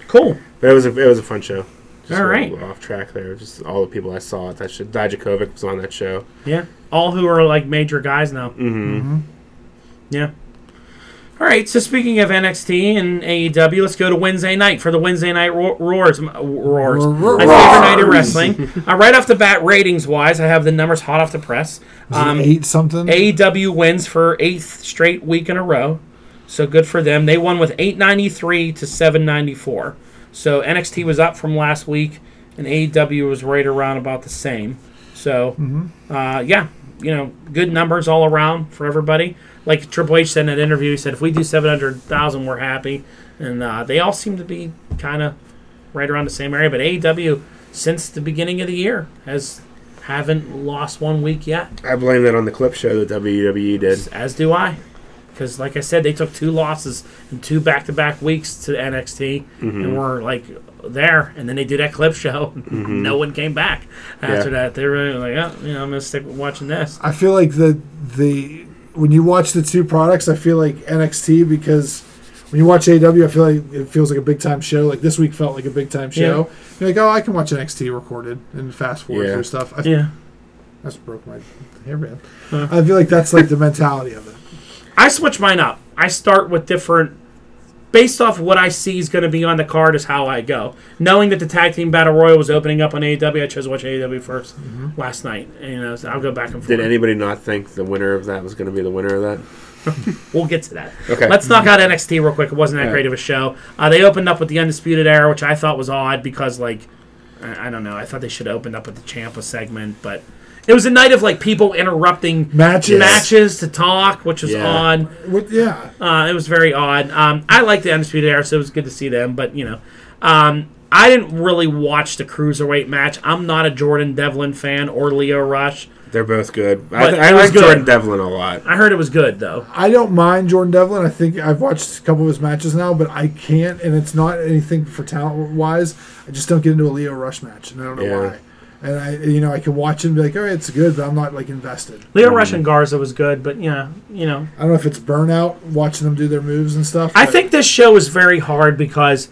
Cool. But it was a it was a fun show. Just All a right. little off track there. Just all the people I saw at that show. Dijakovic was on that show. Yeah. All who are like major guys now. Mm-hmm. Yeah. All right. So speaking of NXT and AEW, let's go to Wednesday night for the Wednesday night ro- roars. m- Roars. Roars. My favorite night of wrestling. uh, right off the bat, ratings wise, I have the numbers hot off the press. Um, Eight something. AEW wins for eighth straight week in a row. So good for them. They won with 893 to 794. So NXT was up from last week, and AEW was right around about the same. So, uh, yeah, you know, good numbers all around for everybody. Like Triple H said in that interview, he said, if we do 700,000, we're happy. And uh, they all seem to be kind of right around the same area. But AEW, since the beginning of the year, has haven't lost one week yet. I blame that on the clip show that WWE did. As do I. Because, like I said, they took two losses in two back to back weeks to NXT Mm-hmm. and were like there. And then they did that clip show. <laughs> and No one came back after Mm-hmm. Yeah. that. They were like, oh, you know, I'm going to stick with watching this. I feel like the the when you watch the two products, I feel like NXT because when you watch AW, I feel like it feels like a big time show. Like this week felt like a big time show. You're like, oh, I can watch NXT recorded and fast forward Yeah. through stuff. I, Yeah. I just broke my hairband. I feel like that's like the mentality of it. I switch mine up. I start with different. Based off what I see is going to be on the card is how I go. Knowing that the tag team battle royal was opening up on AEW, I chose to watch AEW 1st last night. And, you know, so I'll go back and forth. Mm-hmm. Did anybody not think the winner of that was going to be the winner of that? We'll get to that. Okay. Let's knock out NXT real quick. It wasn't that All great of a show. Uh, they opened up with the Undisputed Era, which I thought was odd because, like, I, I don't know. I thought they should have opened up with the Champa segment, but it was a night of like people interrupting Matches. matches to talk, which was Yeah. odd. With- yeah, Uh, it was very odd. Um, I like the Undisputed Era, so it was good to see them, but you know. Um, I didn't really watch the Cruiserweight match. I'm not a Jordan Devlin fan or Leo Rush. They're both good. But I, I it was like good. Jordan Devlin a lot. I heard it was good, though. I don't mind Jordan Devlin. I think I've watched a couple of his matches now, but I can't, and it's not anything for talent wise. I just don't get into a Leo Rush match, and I don't know Yeah. why. And I, you know, I can watch it and be like, all right, it's good, but I'm not like invested. Leo Rush Mm. and Garza was good, but yeah, you know, I don't know if it's burnout watching them do their moves and stuff. I but think this show was very hard because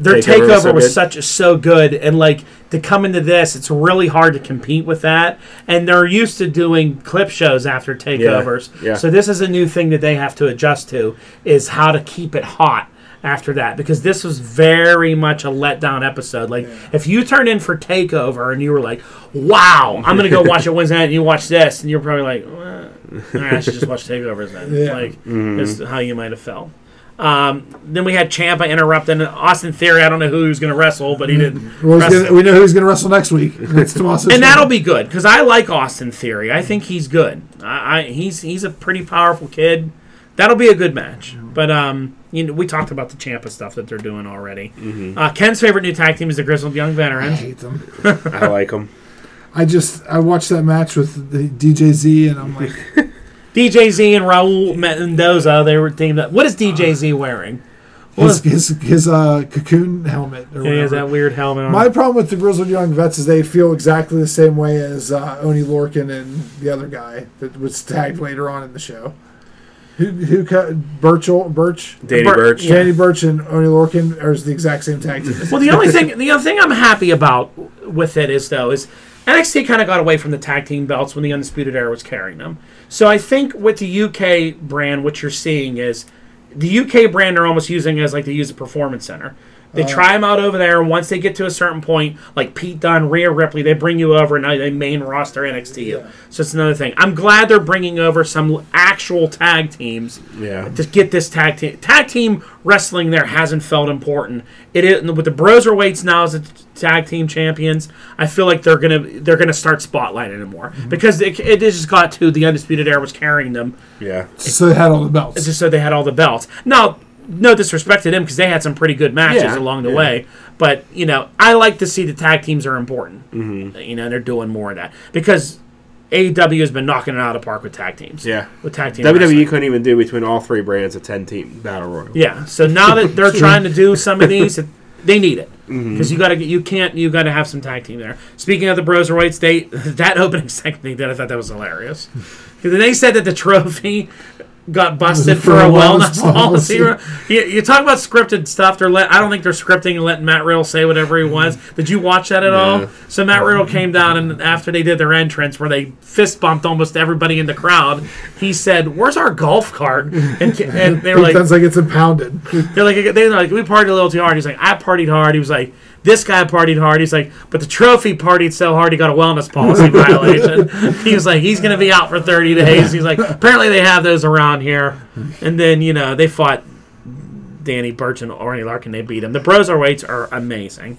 their Takeover takeover, was so was good. such so good, and like to come into this, it's really hard to compete with that. And they're used to doing clip shows after takeovers, yeah. so this is a new thing that they have to adjust to is how to keep it hot after that because this was very much a letdown episode. Like if you turn in for takeover and you were like, "Wow, I'm gonna <laughs> go watch it Wednesday," night," and you watch this, and you're probably like. "Eh, I should just watch takeovers then. Yeah. Like that's how you might have felt. Um, then we had Champa interrupt and Austin Theory. I don't know who he was going to wrestle, but he didn't. We're always wrestle. gonna- we know who's going to wrestle next week. and It's Tommaso <laughs> and that'll Ciampa. be good because I like Austin Theory. I think he's good. I, I he's he's a pretty powerful kid. That'll be a good match. But um, you know, we talked about the Champa stuff that they're doing already. Uh, Ken's favorite new tag team is the Grizzled Young I Veterans. hate them. I like <laughs> him. I just I watched that match with the DJZ, and I'm like, <laughs> DJ Z and Raul Mendoza. They were teamed up. What is DJ Z wearing? his his, his uh, cocoon helmet. Or Yeah, he has whatever. that weird helmet on. My problem with the grizzled young vets is they feel exactly the same way as uh, Oni Lorkin and the other guy that was tagged later on in the show. Who who cut Birchall Birch? Danny Bur- Birch. yeah. Danny Birch and Oni Lorkin are the exact same <laughs> tag team. Well, the only thing the other thing I'm happy about with it is though is NXT kind of got away from the tag team belts when the Undisputed Era was carrying them. So I think with the UK brand, what you're seeing is the UK brand are almost using it as like they use a performance center. They try them out over there. and Once they get to a certain point, like Pete Dunne, Rhea Ripley, they bring you over and now they main roster NXT you. Yeah. So it's another thing. I'm glad they're bringing over some actual tag teams Yeah. to get this tag team. Tag team wrestling there hasn't felt important. It is with the Broserweights now as the tag team champions. I feel like they're gonna they're gonna start spotlighting them Mm-hmm. more because it, it just got to the Undisputed Era was carrying them Yeah. So they had all the belts. it's just so they had all the belts. Now, no disrespect to them because they had some pretty good matches Yeah, along the yeah. way. But you know, I like to see the tag teams are important. Mm-hmm. You know, they're doing more of that because AEW has been knocking it out of the park with tag teams. Yeah. E with tag team WWE wrestling. couldn't even do between all three brands a ten team battle royal. Yeah, so now that <laughs> they're trying to do some of <laughs> these, it- they need it because you gotta get you can't you gotta have some tag team there. Speaking of the Broserweights, they <laughs> that opening segment they did, I thought that was <laughs> hilarious. 'Cause they said that the trophy <laughs> got busted for a wellness <laughs> policy. You, you talk about scripted stuff. They're let, I don't think they're scripting and letting Matt Riddle say whatever he wants. Did you watch that at all? No. So Matt Riddle came down and after they did their entrance, where they fist bumped almost everybody in the crowd, he said, "Where's our golf cart?" And, and <laughs> they were like, sounds like it's <laughs> impounded. they're like, they're like, we partied a little too hard. He's like, I partied hard. He was like, this guy partied hard. He's like, but the trophy partied so hard he got a wellness policy violation. He was like, he's gonna be out for 30 days. He's like, apparently they have those around here. And then you know they fought Danny Burch and Arnie Larkin. They beat him. The Bros are weights are amazing.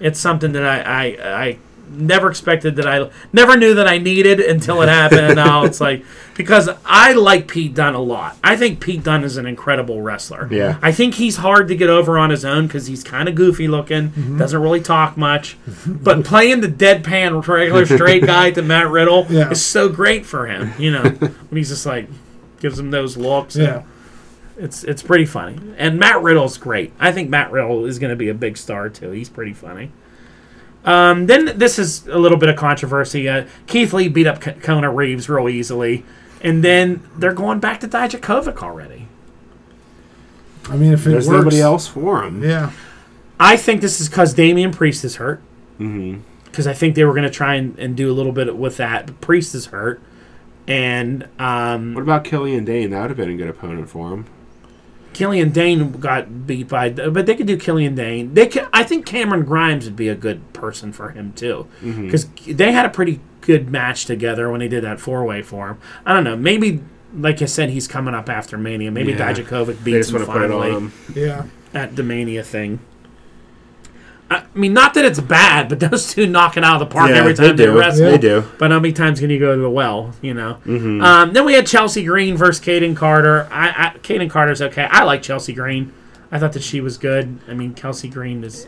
It's something that I I. I Never expected that I never knew that I needed until it happened. And now it's like because I like Pete Dunne a lot. I think Pete Dunne is an incredible wrestler. Yeah. I think he's hard to get over on his own because he's kind of goofy looking, Mm-hmm. doesn't really talk <laughs> much. but playing the deadpan regular straight guy to Matt Riddle Yeah. is so great for him, you know. when he's just like gives him those looks. Yeah. It's it's pretty funny. And Matt Riddle's great. I think Matt Riddle is going to be a big star too. He's pretty funny. Um, then this is a little bit of controversy. Uh, Keith Lee beat up K- Kona Reeves real easily, and then they're going back to Dijakovic already. I mean, if it There's works. nobody else for him. Yeah. I think this is because Damian Priest is hurt. Mm-hmm. Because I think they were going to try and, and do a little bit with that. But Priest is hurt, and um, What about Killian Dane? That would have been a good opponent for him. Killian Dane got beat by. But they could do Killian Dane. They could, I think Cameron Grimes would be a good person for him too. Mm-hmm. Because they had a pretty good match together when they did that four way for him. I don't know. Maybe like I said, he's coming up after Mania. Maybe Yeah. Dijakovic They beats just him want to put it finally. on him. Yeah. at the Mania thing. I mean, not that it's bad, but <laughs> those two knock it out of the park every time they, do. wrestle. They do. But how many times can you go to the well? You know. Um, then we had Chelsea Green versus Kaden Carter. I, I Kaden Carter's okay. I like Chelsea Green. I thought that she was good. I mean, Kelsey Green is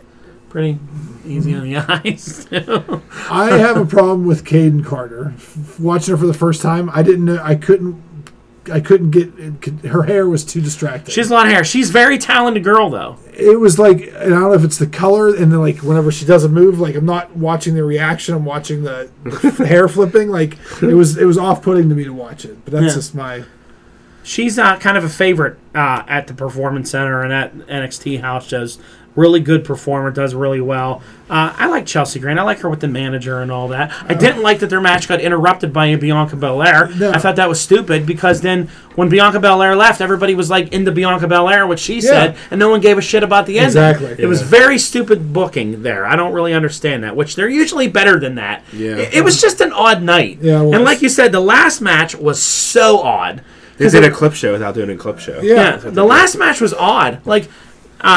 pretty easy on the <laughs> eyes. too. I have a problem with Caden Carter. F- Watching her for the first time, I didn't know. I couldn't. I couldn't get. It could, her hair was too distracting. she has a lot of hair. She's a very talented girl, though. it was like, and I don't know if it's the color, and then like whenever she does a move, like I'm not watching the reaction. I'm watching the <laughs> hair flipping. Like it was. It was off putting to me to watch it. But that's Yeah. just my. She's uh, kind of a favorite uh, at the Performance Center and at NXT house shows. Really good performer, does really well. Uh, I like Chelsea Green. I like her with the manager and all that. I didn't like that their match got interrupted by Bianca Belair. Oh. No. I thought that was stupid because then when Bianca Belair left, everybody was like into Bianca Belair, what she said, and no one gave a shit about the ending. Exactly. It was Yeah. very stupid booking there. I don't really understand that, which they're usually better than that. Yeah. It, it was just an odd night. Yeah, it was. And like you said, the last match was so odd. They did a clip show without doing a clip show. Yeah, Yeah. the last match was odd. Like, um,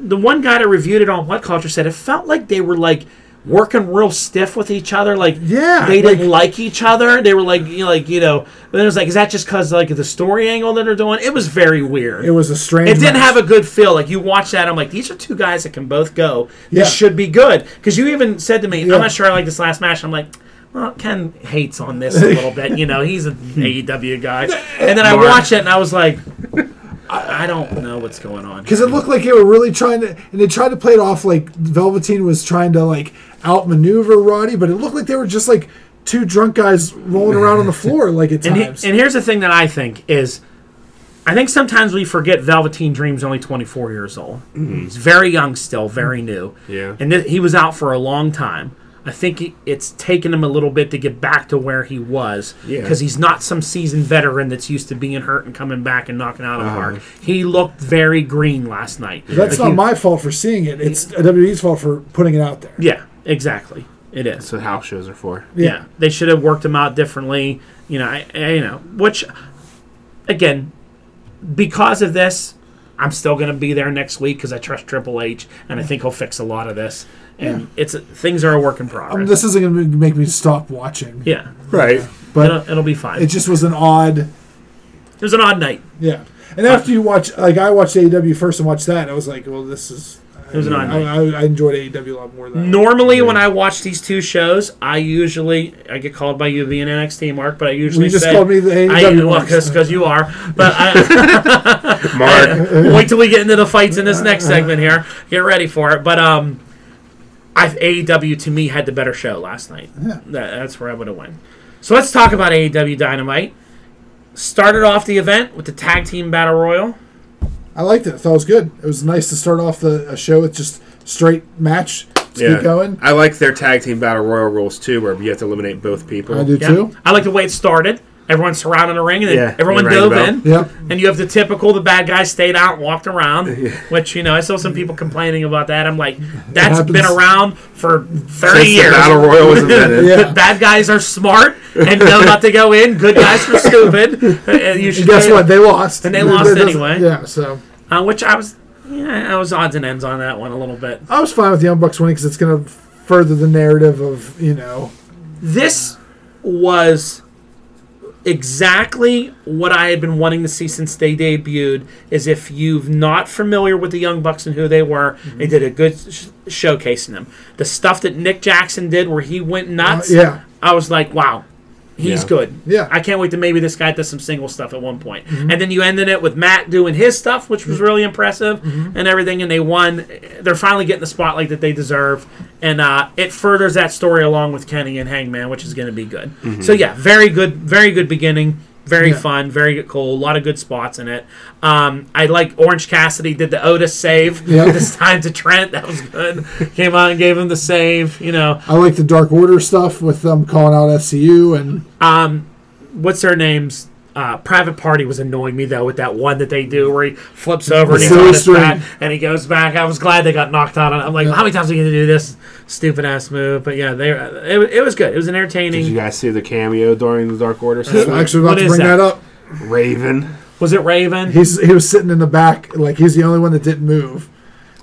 the one guy that reviewed it on What Culture said it felt like they were like working real stiff with each other. Like, Yeah, they didn't like each other. They were like, you know, like you know. Then it was like, is that just because like of the story angle that they're doing? It was very weird. It was a strange. It didn't match. have a good feel. Like you watch that, I'm like, these are two guys that can both go. This Yeah. should be good. Because you even said to me, Yeah. I'm not sure I like this last match. I'm like, well, Ken hates on this a little bit. You know, <laughs> he's an AEW guy. And then I Mark. watch it and I was like, I I don't know what's going <laughs> on. Because it looked like they were really trying to, and they tried to play it off like Velveteen was trying to like outmaneuver Roddy, but it looked like they were just like two drunk guys rolling around on <laughs> the floor like at And, he- times. and here's the thing that I think is, I think sometimes we forget Velveteen Dream's only 24 years old. He's very young still, very new. Mm-hmm. Yeah. And th- he was out for a long time. I think he, it's taken him a little bit to get back to where he was Yeah. because he's not some seasoned veteran that's used to being hurt and coming back and knocking out of the Uh-huh. park. He looked very green last night. Like That's not he- my fault for seeing it. It's WWE's fault for putting it out there. Yeah, exactly. It is. That's what house shows are for. Yeah. they should have worked him out differently. You know, I, I- you know, which again, because of this, I'm still going to be there next week because I trust Triple H, and I think he'll fix a lot of this. And it's things are a work in progress. Um, This isn't going to make me stop watching, yeah, Right. but it'll, it'll be fine. it just was an odd. it was an odd night. Yeah. And after you watch, like I watched AEW first and watched that, and I was like, well, this is. It was an odd I, night. I, I enjoyed AEW a lot more than that. Normally, when I watch these two shows, I usually I get called by you being NXT Mark, but I usually You just say, called me the E AEW. I, well, marks. because you are, but I, <laughs> Mark. Wait till we get into the fights in this next segment here. Get ready for it. But um, I AEW to me had the better show last night. Yeah. That, that's where I would have won. So let's talk about AEW Dynamite. Started off the event with the tag team battle royal. I liked it. I thought it was good. It was nice to start off the a show with just straight match. Just Yeah. keep going. I like their tag team battle royal rules too, where you have to eliminate both people. I do Yeah, too. I like the way it started. Everyone surrounded the ring, and then Yeah, everyone they rang dove the bell. in. Yep. And you have the typical the bad guy stayed out and walked <laughs> around, which you know I saw some people complaining about that. I'm like, that's been happens. around for thirty Since the years. battle royal was <laughs> invented. Yeah. The bad guys are smart and know not to go in. Good guys are stupid. And you should And guess know- what? They lost. And they lost doesn't- anyway. Yeah. So Uh, which I was, yeah, I was odds and ends on that one a little bit. I was fine with the Young Bucks winning because it's going to further the narrative of you know This was exactly what I had been wanting to see since they debuted. Is if you've not familiar with the Young Bucks and who they were, they Mm-hmm. did a good sh- showcasing them. The stuff that Nick Jackson did, where he went nuts. uh, yeah. I was like, wow, he's Yeah. good. Yeah. Mm-hmm. I can't wait to maybe this guy does some single stuff at one point. And then you ended it with Matt doing his stuff, which was really impressive Mm-hmm. and everything, and they won. They're finally getting the spotlight that they deserve. And uh, it furthers that story along with Kenny and Hangman, which is going to be good. So, yeah, very good, very good beginning. Very Yeah. fun, very cool. A lot of good spots in it. Um, I like Orange Cassidy did the Otis save Yeah. <laughs> this time to Trent. That was <laughs> good. Came out and gave him the save. You know, I like the Dark Order stuff with them calling out SCU and what's her name's uh, private party was annoying me though with that one that they do where he flips over and he's Silly on his string. back and he goes back. I was glad they got knocked out. on it. I'm like, how many times are you gonna do this stupid ass move? But yeah, they it, wa- it was good. It was entertaining. Did you guys see the cameo during the Dark Order? I'm segment? actually What about to is bring that? that? up. Raven. was it Raven? He's he was sitting in the back like he's the only one that didn't move.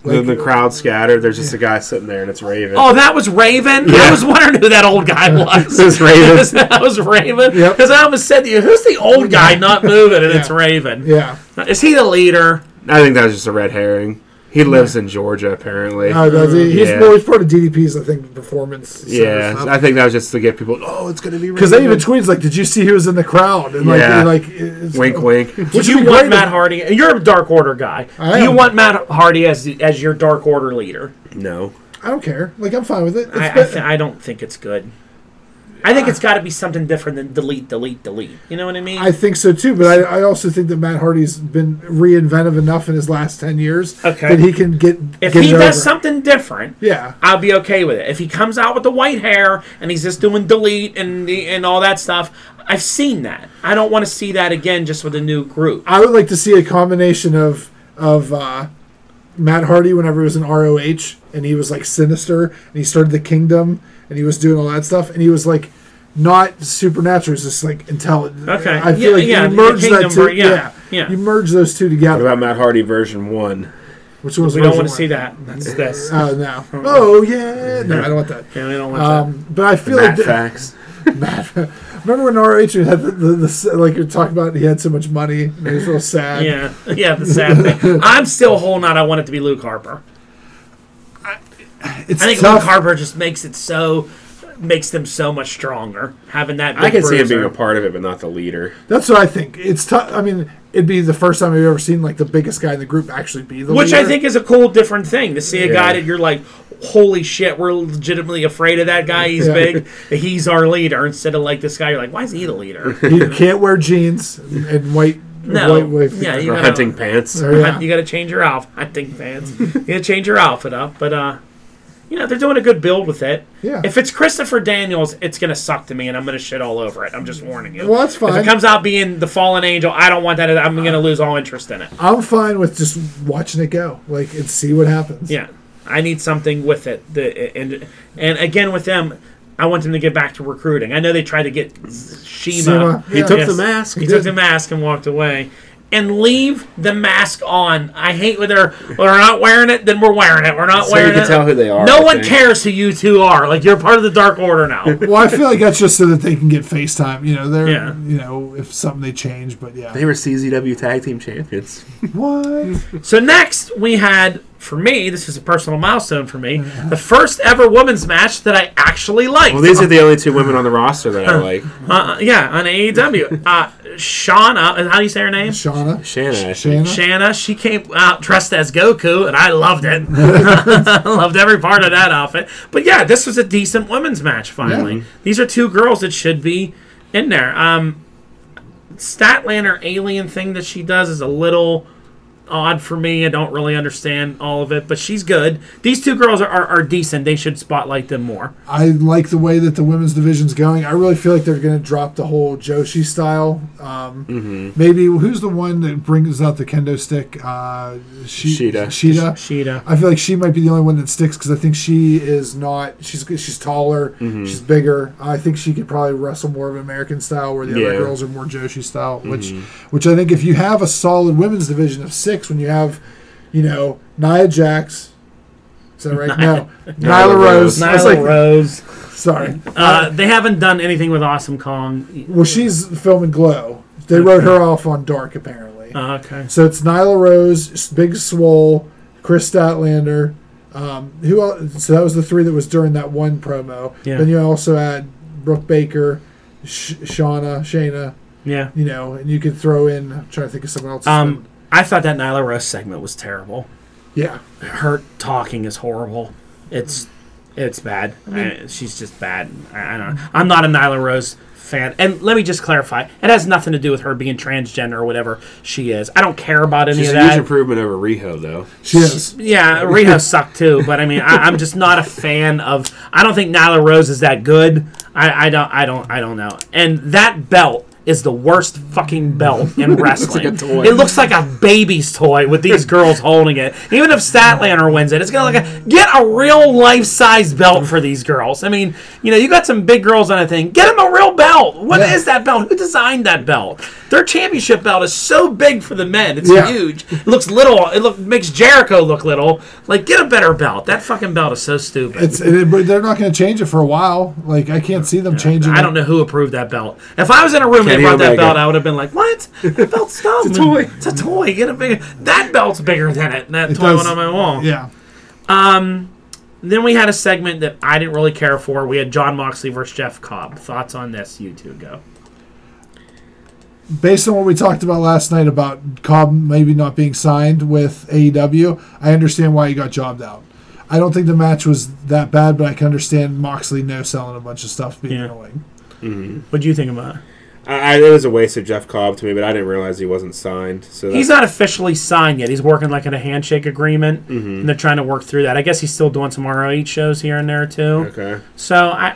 The, the crowd scattered. There's just a guy sitting there, and it's Raven. Oh, that was Raven. I Yeah. was wondering who that old guy <laughs> was. <laughs> <laughs> It's Raven. that was Raven. Yep. Because I almost said to you, "Who's the old guy not moving?" And it's <laughs> Yeah. Raven. Yeah. Is he the leader? I think that was just a red herring. He lives in Georgia, apparently. Oh, does he? He's, Yeah. well, he's part of DDP's, I think, performance. yeah, I think that was just to get people. Oh, it's gonna be Because they even tweets like, "Did you see who was in the crowd?" And like, Yeah. like, it's- wink, <laughs> wink. Would Which you would be want great Matt if- Hardy? You're a Dark Order guy. I Do you am. want Matt Hardy as the, as your Dark Order leader? No, I don't care. Like, I'm fine with it. It's I I, been- th- I don't think it's good. I think it's got to be something different than delete, delete, delete. You know what I mean? I think so too, but I, I also think that Matt Hardy's been reinventive enough in his last ten years Okay. that he can get. if get he it does over. something different, yeah, I'll be okay with it. If he comes out with the white hair and he's just doing delete and the, and all that stuff, I've seen that. I don't want to see that again just with a new group. I would like to see a combination of of uh, Matt Hardy whenever he was in ROH and he was like sinister and he started the Kingdom and he was doing all that stuff and he was like not supernatural, he was just like intelligent. Okay. I Yeah, feel like yeah, you the merge Kingdom that two. ver- yeah, Yeah, yeah. you merge those two what together. about Matt Hardy version one? which one was We don't version want to one? see that. That's this. Oh no! Oh yeah! No, I don't want that. Yeah, we don't want Um, but I feel Matt like facts. <laughs> remember when ROH had the, the, the like you're talking about he had so much money and he was real that. sad. Yeah, <laughs> yeah. The sad thing. I'm still holding out. I want it to be Luke Harper. it's I think tough. Luke Harper just makes it so makes them so much stronger having that. Big I can see him being bruiser. a part of it, but not the leader. That's what I think. It's tough. I mean, it'd be the first time I've ever seen like the biggest guy in the group actually be the Which I leader. think is a cool, different thing to see a guy Yeah. that you're like, holy shit, we're legitimately afraid of that guy. He's Yeah. big. He's our leader. Instead of like this guy, you're like, why is he the <laughs> leader? you can't wear jeans and white. No. white, white Yeah, you Or gotta- hunting pants. Or, yeah. You got to change your outfit. I think fans. you got to change your outfit up. But uh, you know, they're doing a good build with it. Yeah. If it's Christopher Daniels, it's gonna suck to me, and I'm gonna shit all over it. I'm just warning you. Well, that's If fine. it comes out being the Fallen Angel, I don't want that. I'm gonna lose all interest in it. I'm fine with just watching it go, like and see what happens. Yeah, I need something with it. The and and again with them, I want them to get back to recruiting. I know they tried to get Shima. Shima, He yeah. took Yes. the mask. He did. took the mask and walked away. And leave the mask on. I hate when they're we're not wearing it, then we're wearing it. We're not So you wearing can it. tell who they are. no I one think. cares who you two are. Like you're part of the Dark Order now. Well, I feel like that's just so that they can get FaceTime. You know, they're Yeah. you know if something they change, but yeah. They were CZW tag team champions. what? So next we had for me, this is a personal milestone for me, the first ever women's match that I actually liked. Well, these are the only two women on the roster that I like. uh, yeah, on <laughs> AEW. uh, Shauna, uh, how do you say her name? Shauna. Shanna. I Shana. think. Shanna, she came out dressed as Goku, and I loved it. <laughs> <laughs> loved every part of that outfit. But yeah, this was a decent women's match. Finally, Yeah. these are two girls that should be in there. Um, Statlander alien thing that she does is a little odd for me. I don't really understand all of it, but she's good. These two girls are, are, are decent. They should spotlight them more. I like the way that the women's division's going. I really feel like they're going to drop the whole Joshi style. Um, Maybe who's the one that brings out the kendo stick? Uh, she, Shida. Shida. Sheeta. I feel like she might be the only one that sticks because I think she is not. She's she's taller. She's bigger. I think she could probably wrestle more of American style, where the Yeah. other girls are more Joshi style. Which which I think if you have a solid women's division of six, when you have, you know, Nia Jax. Is that right? No, Nyla Rose. I was Nyla like- Rose. Sorry. Uh, they haven't done anything with Awesome Kong. Well, she's filming Glow. They wrote her off on Dark, apparently. Uh, okay. So it's Nyla Rose, Big Swole, Chris Statlander. Um, who else? So that was the three that was during that one promo. Yeah. Then you also add Brooke Baker, Sh- Shauna, Shayna. Yeah. You know, and you could throw in. I'm trying to think of someone else. Um, I thought that Nyla Rose segment was terrible. yeah. Her talking is horrible. It's it's bad. I- she's just bad. I, I don't. Know. I'm not a Nyla Rose fan. And let me just clarify: it has nothing to do with her being transgender or whatever she is. I don't care about any She's of a huge that. improvement over Riho, though. She is. Yeah, Riho sucked too, but I mean, I, I'm just not a fan of. I don't think Nyla Rose is that good. I, I don't, I don't, I don't know. And that belt is the worst fucking belt in wrestling. like a toy. It looks like a baby's toy with these girls holding it. Even if Statlander wins it, it's gonna like a, get a real life size belt for these girls. I mean, you know, you got some big girls on a thing. Get them a real belt. What is Yeah. that belt? Who designed that belt? Their championship belt is so big for the men. It's Yeah. huge. It looks little. It look makes Jericho look little. Like get a better belt. That fucking belt is so stupid. It's. It, but they're not going to change it for a while. Like I can't see them changing. I don't it. know who approved that belt. If I was in a room and Kenny they brought that Omega. belt, I would have been like, "What? <laughs> That belt's dumb. it's a toy. It's a toy. Get a bigger. That belt's bigger than it. And that toy does- went on my wall." Yeah. Then we had a segment that I didn't really care for. We had John Moxley versus Jeff Cobb. Thoughts on this? You two go. based on what we talked about last night about Cobb maybe not being signed with AEW, I understand why he got jobbed out. I don't think the match was that bad, but I can understand Moxley no selling a bunch of stuff being Yeah. annoying. What do you think about? It? I, I, it was a waste of Jeff Cobb to me, but I didn't realize he wasn't signed. So that's, He's not officially signed yet. He's working like in a handshake agreement, Mm-hmm. and they're trying to work through that. I guess he's still doing some ROH shows here and there too. okay. 'Cause So I,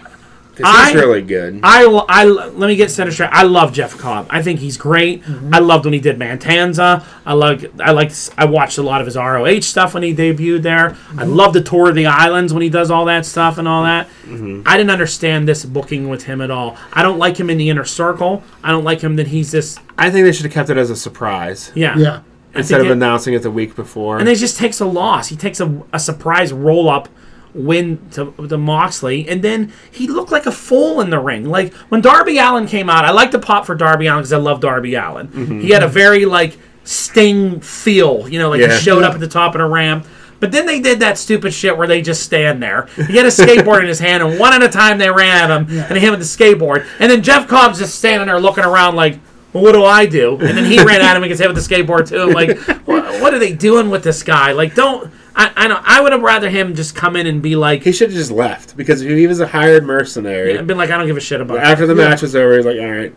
He's I- really good. I, l- I l- let me get center straight. I love Jeff Cobb. I think he's great. I loved when he did Mantanza. I like I liked I watched a lot of his ROH stuff when he debuted there. I love the tour of the islands when he does all that stuff and all that. I didn't understand this booking with him at all. I don't like him in the inner circle. I don't like him that he's this I think they should have kept it as a surprise yeah. Yeah. instead of it- announcing it the week before. And then he just takes a loss. He takes a, a surprise roll up win to, to Moxley, and then he looked like a fool in the ring. Like when Darby Allen came out, I like to pop for Darby Allen because I love Darby Allen. He had a very like sting feel, you know, like Yeah. he showed up at the top of the ramp. But then they did that stupid shit where they just stand there. He had a skateboard in his hand, and one at a time they ran at him, and him with the skateboard. And then Jeff Cobb's just standing there looking around like, well, what do I do? And then he ran at him and gets hit with the skateboard too. I'm like, what, what are they doing with this guy? Like, don't. I, I know. I would have rather him just come in and be like, he should have just left because if he was a hired mercenary. been like, I don't give a shit about. it. After the match was over, he's like, all right,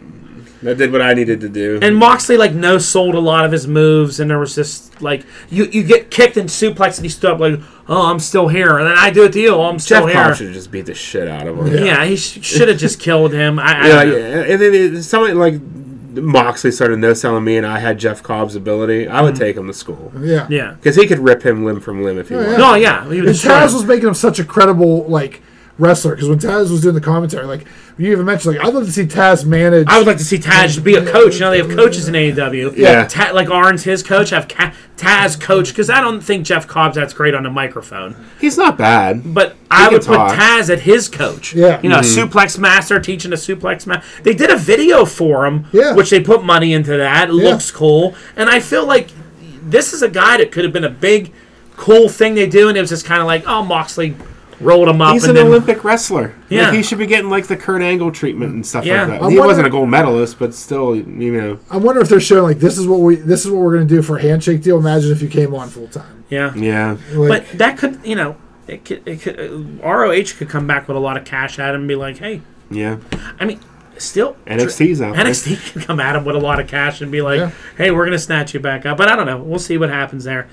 I did what I needed to do. And Moxley like no sold a lot of his moves, and there was just like you you get kicked and suplex, and he stood up like, oh, I'm still here, and then I do a deal, oh, I'm still Jeff Cobb here. should just beat the shit out of him. Yeah, he sh- should have just killed him. I, I yeah, don't know. yeah. And then it, someone like Moxley started no selling me, and I had Jeff Cobb's ability. I would take him to school Yeah. Mm. yeah, because he could rip him limb from limb if he Oh, wanted. yeah. no, yeah. He And was Taz was making him such a credible like wrestler because when Taz was doing the commentary, like you even mentioned, like I'd love to see Taz manage. I would like to see Taz be a coach. You know, they have coaches in AEW. Yeah. Ta- like Arn's his coach. Have Ca- Taz coach because I don't think Jeff Cobb's that's great on the microphone. He's not bad. But I can would put talk. Taz at his coach. Yeah. You know, suplex master teaching a suplex master. They did a video for him, Yeah. which they put money into that. It Looks cool. And I feel like this is a guy that could have been a big, cool thing they do. And it was just kind of like, oh, Moxley rolled him up. He's an and then, Olympic wrestler. Yeah, Yeah. he should be getting like the Kurt Angle treatment and stuff Yeah. like that. I he wonder- wasn't a gold medalist, but still, you know, I wonder if they're showing like this is what we this is what we're gonna do for a handshake deal. Imagine if you came on full time. Yeah. yeah. Like, But that could, you know, it could, it could, uh, ROH could come back with a lot of cash at him and be like, hey, Yeah, I mean, still. NXT's out. there. NXT can come at him with a lot of cash and be like, Yeah. "Hey, we're gonna snatch you back up." But I don't know. We'll see what happens there.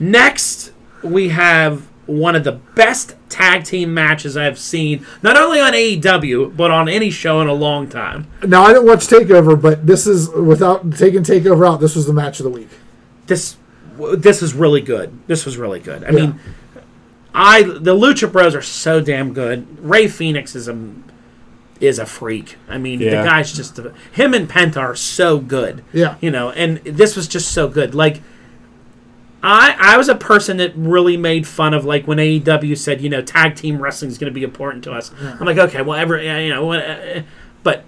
Next, we have one of the best tag team matches I've seen, not only on AEW but on any show in a long time. now I didn't watch Takeover, but this is without taking Takeover out. This was the match of the week. This, w- this is really good. This was really good. I mean, I the Lucha Bros are so damn good. Ray Phoenix is a is a freak. I mean, Yeah. the guy's just a, him and Penta are so good. Yeah. you know and this was just so good like i i was a person that really made fun of like when aew said you know tag team wrestling is going to be important to us i'm like okay well every yeah, you know what, uh, but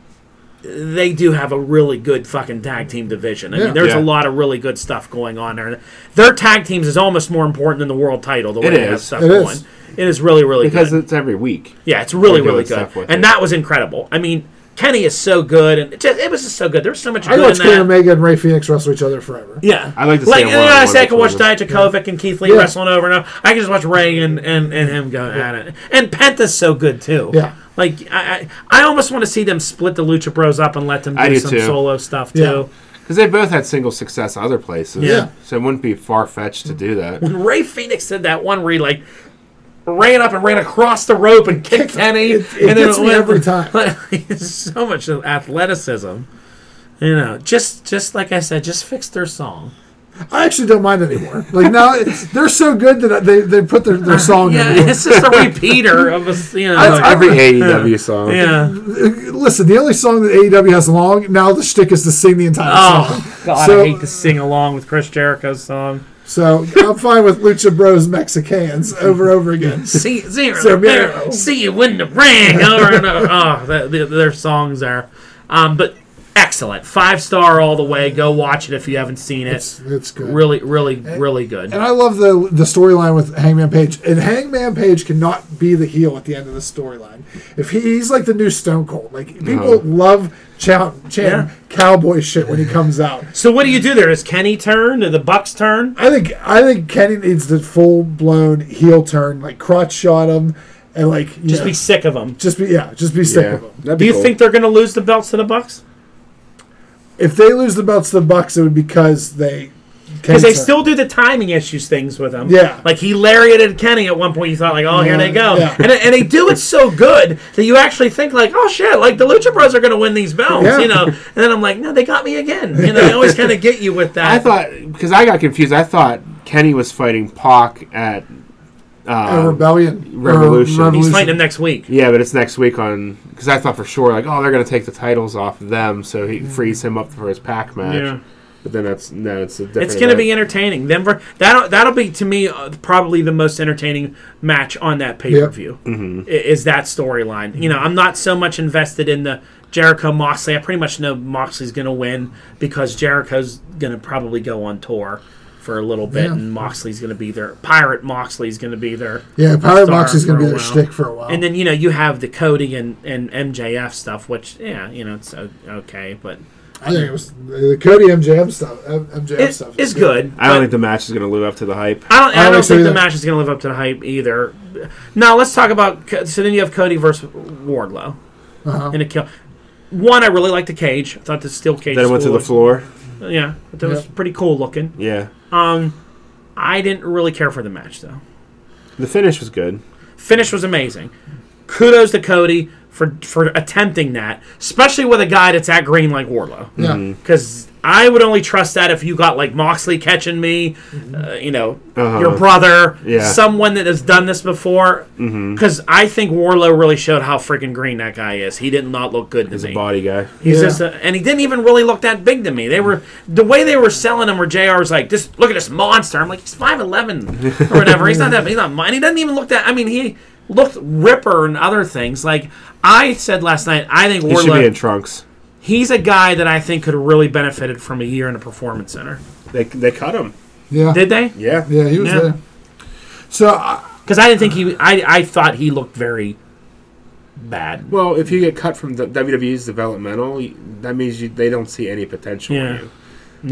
they do have a really good fucking tag team division. I Yeah. mean, there's Yeah. a lot of really good stuff going on there. Their tag teams is almost more important than the world title. The way It they have is. stuff It going, is. it is really, really good. because it's every week. Yeah, it's really, doing really good. stuff with And it. that was incredible. I mean, Kenny is so good, and it, just, it was just so good. There was so much I good watched in that. Kenny Omega and Ray Phoenix wrestle each other forever. Yeah, I like to like see a you know, I one-on-one say I can watch between Dijakovic and Keith Lee Yeah. wrestling over and over. I can just watch Ray and, and, and him go at it. And Penta's so good too. Yeah. like I I, I almost want to see them split the Lucha Bros up and let them do, I do some too. solo stuff Yeah. too. Because they both had single success other places. Yeah. So it wouldn't be far fetched to do that. When Ray Phoenix did that one where he like ran up and ran across the rope and kicked Kenny, it- it and then gets me went- <laughs> every time. so much athleticism. You know, just just like I said, just fix their song. I actually don't mind anymore. <laughs> Like now, it's, they're so good that they, they put their, their song Yeah, <laughs> in. it's just a repeater of a you know. like- Every AEW song. yeah. Listen, the only song that AEW has long now the shtick is to sing the entire song. Oh God, So- I hate to sing along with Chris Jericho's song. So I'm fine with Lucha Bros Mexicans over over again. See zero, Zero. there, see you in the <laughs> ring. Over and over. Oh, the, the, their songs are, um, but excellent. Five star all the way. Go watch it if you haven't seen it. It's, it's good. really, really, really good. And I love the the storyline with Hangman Page. And Hangman Page cannot be the heel at the end of the storyline. If he, he's like the new Stone Cold, like people love chant, chant Yeah. cowboy shit when he comes out. So what do you do there? Is Kenny turn? Or the Bucks turn? I think I think Kenny needs the full blown heel turn, like crotch shot him, and like you Just know, be sick of them. just be yeah, just be sick Yeah. of him. That'd Do be you cool. think they're going to lose the belts to the Bucks? If they lose the belts to the Bucks, it would be because they Because they still do the timing issues things with him. Yeah. Like he lariated Kenny at one point. You thought like, oh, here they go. Yeah. And, and they do it so good that you actually think like, oh shit, like the Lucha Bros are going to win these belts, Yeah. you know. And then I'm like, no, they got me again. You know, they always kind of get you <laughs> with that. I thought because I got confused. I thought Kenny was fighting Pac at a uh, rebellion or Revolution. he's fighting him next week. yeah, but it's next week on because I thought for sure like oh they're gonna take the titles off of them so he frees him up for his Pac match. Mm. Yeah. But then that's no, it's a different. It's going to be event. entertaining. Them ver- that'll that'll be to me uh, probably the most entertaining match on that pay per view. Mm-hmm. Is that storyline? You know, I'm not so much invested in the Jericho Moxley. I pretty much know Moxley's going to win because Jericho's going to probably go on tour for a little bit, Yeah. and Moxley's going to be there. Pirate Moxley's going to be there. Yeah, Star Pirate Box is going for a to be their while. shtick for a while. And then you know you have the Cody and, and MJF stuff, which yeah, you know it's o- okay, but I think it was the Cody MJF stuff. M- MJF it stuff is good. I don't but- think the match is gonna live up to the hype. I don't, I I don't don't see think the that. match is going to live up to the hype either. Uh-huh. Now let's talk about. Co- So then you have Cody versus Wardlow in a kill. one, I really liked the cage. I thought the steel cage. Then it went to school the floor. was- Yeah, but that was Yeah. pretty cool looking. Yeah. Um, I didn't really care for the match though. The finish was good. Finish was amazing. Kudos to Cody for for attempting that, especially with a guy that's that green like Warlow. Yeah. Because I would only trust that if you got like Moxley catching me, uh, you know, Mm-hmm. Uh-huh. your brother, Yeah. Mm-hmm. someone that has done this before. Because I think Warlow really showed how freaking green that guy is. He did not look good to He's a me. body guy. He's Yeah. just, a, and he didn't even really look that big to me. They were the way they were selling him. Where Jr. was like, "This look at this monster." I'm like, "He's five eleven <laughs> or whatever. he's not that. He's not mine. He doesn't even look that. I mean, he looked Ripper and other things. Like I said last night, I think He should be Warlow. in trunks. he's a guy that I think could have really benefited from a year in a performance center. They, they cut him. Yeah. Did they? Yeah. yeah, he was Yeah. there. So, I Because I didn't think he. I I thought he looked very bad. Well, if you get cut from the WWE's developmental, y- that means you, they don't see any potential Yeah. in you.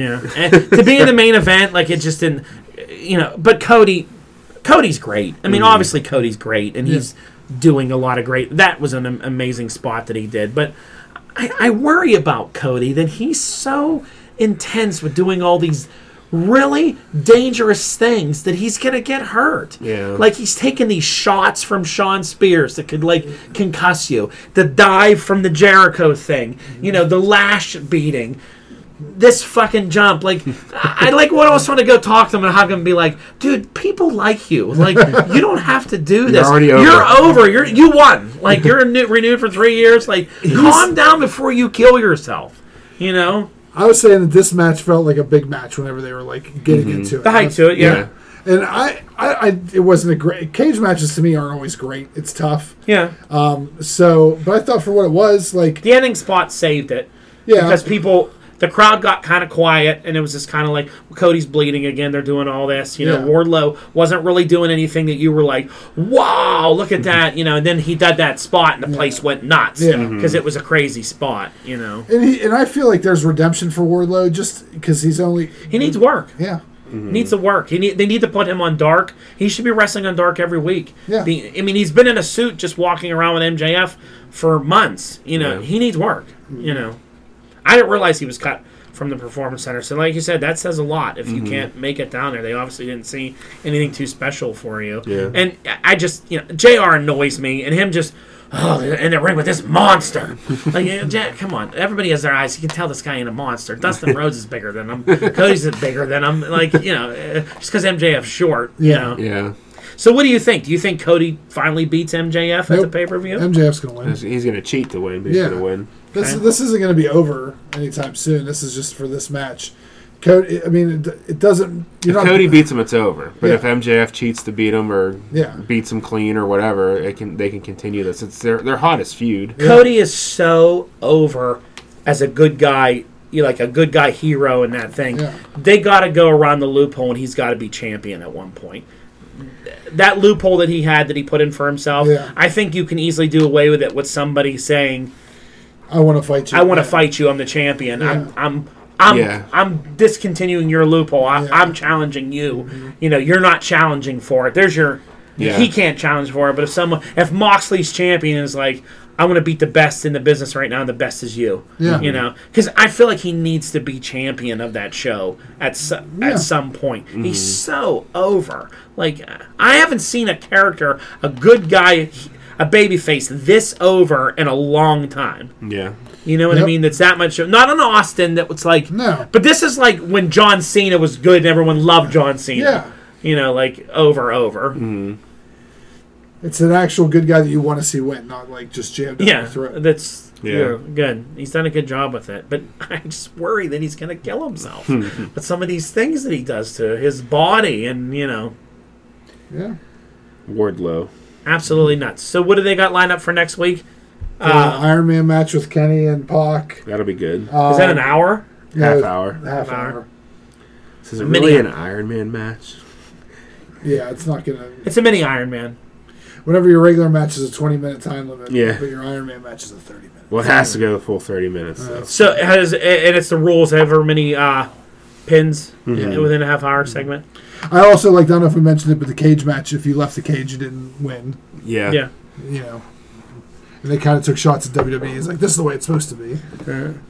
Yeah, <laughs> and to be in the main event, like it just didn't, you know. But Cody, Cody's great. I mean, Mm. obviously Cody's great, and he's doing a lot of great. That was an am- amazing spot that he did. But I, I worry about Cody that he's so intense with doing all these really dangerous things that he's gonna get hurt. Yeah. like he's taking these shots from Sean Spears that could like concuss you. The dive from the Jericho thing. You know, the lash beating this fucking jump. Like, I I, like what else want to go talk to them and have them be like, dude, people like you. <laughs> Like, you don't have to do this. already over. You're over. You're you won. Like, you're new, renewed for three years. <laughs> Like, calm down before you kill yourself. You know, I was saying that this match felt like a big match whenever they were like getting into it. the height to it. Yeah, And I, I, I, it wasn't a great cage matches to me aren't always great. It's tough. yeah. So, but I thought for what it was, like, the ending spot saved it. yeah, because people the crowd got kind of quiet and it was just kind of like cody's bleeding again they're doing all this you know Yeah. wardlow wasn't really doing anything that you were like wow look at that you know and then he did that spot and the place went nuts Yeah. because it was a crazy spot you know and he, and I feel like there's redemption for Wardlow just because he's only, he needs work yeah, He needs to work he need, they need to put him on dark he should be wrestling on dark every week Yeah. The- i mean he's been in a suit just walking around with mjf for months you know Yeah. he needs work you know I didn't realize he was cut from the performance center. So, like you said, that says a lot. If you can't make it down there, they obviously didn't see anything too special for you. Yeah. And I I just, you know, Jr. annoys me, and him just. Oh, in the ring with this monster! Like, yeah, Jack, come on! Everybody has their eyes. You can tell this guy ain't a monster. Dustin Rhodes is bigger than him. Cody's is bigger than him. Like, you know, eh, just because MJF's short. You Yeah. know. Yeah. So, what do you think? Do you think Cody finally beats MJF at the Nope. pay per view? MJF's gonna win. He's going to cheat to win, but he's Yeah. going to win. This Okay. this isn't going to be over anytime soon. This is just for this match. Cody, I mean, it, it doesn't. You're If not, Cody beats him, it's over. But Yeah. if MJF cheats to beat him or Yeah. beats him clean or whatever, it can they can continue this. It's their their hottest feud. Cody is so over as a good guy, you like a good guy hero in that thing. Yeah. They got to go around the loophole, and he's got to be champion at one point. That loophole that he had that he put in for himself, Yeah. I think you can easily do away with it with somebody saying, I want to fight you. "I want to fight you. I'm the champion. I'm, I'm, I'm, Yeah. I'm discontinuing your loophole. I, Yeah. I'm challenging you. You know, you're not challenging for it. There's your. Yeah. He can't challenge for it. But if someone, if Moxley's champion is like, I want to beat the best in the business right now, and the best is you. Yeah. You know, because I feel like he needs to be champion of that show at so, Yeah. at some point. He's Mm-hmm. so over. Like I haven't seen a character, a good guy. A babyface this over in a long time. Yeah. You know what I Yep. mean? That's that much. Not an Austin that was like. No. But this is like when John Cena was good and everyone loved John Cena. Yeah. You know, like over, over. It's an actual good guy that you want to see win, not like just jammed down Yeah. your throat. That's Yeah. yeah. good. He's done a good job with it. But <laughs> I just worry that he's going to kill himself with some of these things that he does to his body and, you know, Yeah. Wardlow. absolutely nuts. So what do they got lined up for next week? Uh, Uh, Iron Man match with Kenny and Pac. Um, That'll be good. Uh, is that an hour? Yeah, half hour. Half An hour. hour. This is A it mini- really an Iron Man match. Yeah, it's not gonna. It's a mini Iron Man. Whenever your regular match is a 20 minute time limit, Yeah. but your Iron Man match is a 30 minute. Well, it has to go the full thirty minutes. Uh, Though. So has and it's the rules. However many uh, pins within a half hour segment. I also like. I don't know if we mentioned it, but the cage match. If you left the cage, you didn't win. Yeah. Yeah. You know, and they kind of took shots at WWE. It's like this is the way it's supposed to be.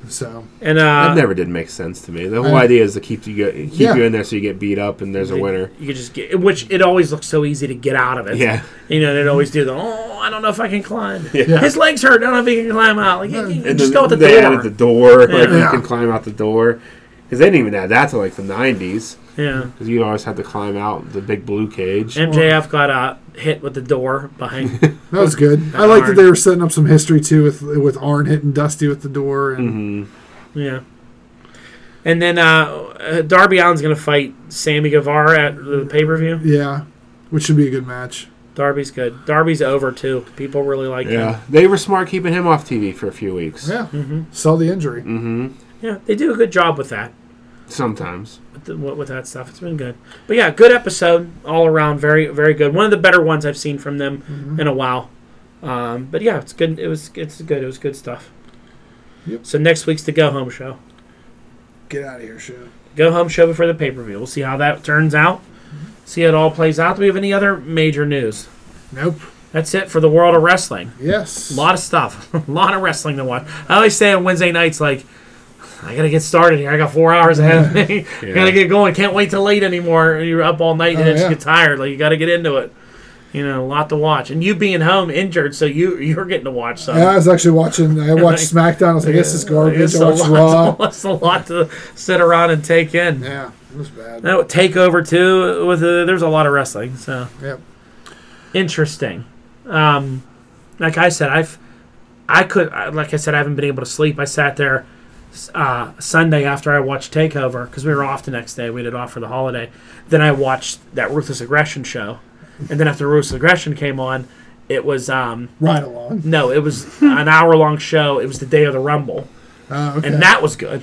So And uh, that never did make sense to me. The whole I- idea is to keep you go, keep Yeah. you in there so you get beat up and there's a winner. You could just get, which it always looks so easy to get out of it. Yeah. You know, they'd always do the, oh, I don't know if I can climb. Yeah. His legs hurt. I don't know if he can climb out. Like, you- you <laughs> And just then go at the they door. added the door, like Yeah. you can climb out the door. Because they didn't even add that to like the '90s, yeah. because you always had to climb out the big blue cage. MJF got uh, hit with the door <laughs> behind. that was good. I like that Arn. they were setting up some history too with with Arn hitting Dusty with the door Mm. and Mm-hmm. yeah. And then uh, uh, Darby Allin's going to fight Sammy Guevara at the pay per view. yeah, which should be a good match. Darby's good. Darby's over, too. People really like him. Yeah, they were smart keeping him off TV for a few weeks. Mm-hmm. Yeah, Mm-hmm. saw the injury. Yeah. They do a good job with that. Sometimes. with, the, with that stuff. It's been good. But yeah, good episode all around. Very very good. One of the better ones I've seen from them in a while. Um, but yeah, it's good. It was it's good. It was good stuff. Yep. So next week's the go home show. Get out of here, show. Go home show before the pay per view. We'll see how that turns out. See how it all plays out. Do we have any other major news? Nope. That's it for the world of wrestling. Yes. A lot of stuff. <laughs> a lot of wrestling to watch. I always say on Wednesday nights, like, I gotta get started here. I got four hours ahead of <laughs> me. I <laughs> Yeah. gotta get going. Can't wait till late anymore. You're up all night and Oh, then yeah. you get tired. Like you gotta get into it. You know, a lot to watch. And you being home injured, so you you're getting to watch Yeah, I something. was actually <laughs> watching. I watched SmackDown. I was like, "This is garbage." It's I a, watched lot, Raw. it's a lot to <laughs> sit around and take in. Yeah, it was bad. That would take over too. With uh there's a lot of wrestling, so Yep. interesting. Um, like I said, I've I could I- like I said I haven't been able to sleep. I sat there s- uh, Sunday after I watched Takeover because we were off the next day. We did off for the holiday. Then I watched that Ruthless Aggression show, and then after Ruthless Aggression came on, it was um, Right along. no, it was an hour long show. It was the day of the Rumble Uh, okay. and that was <laughs> good.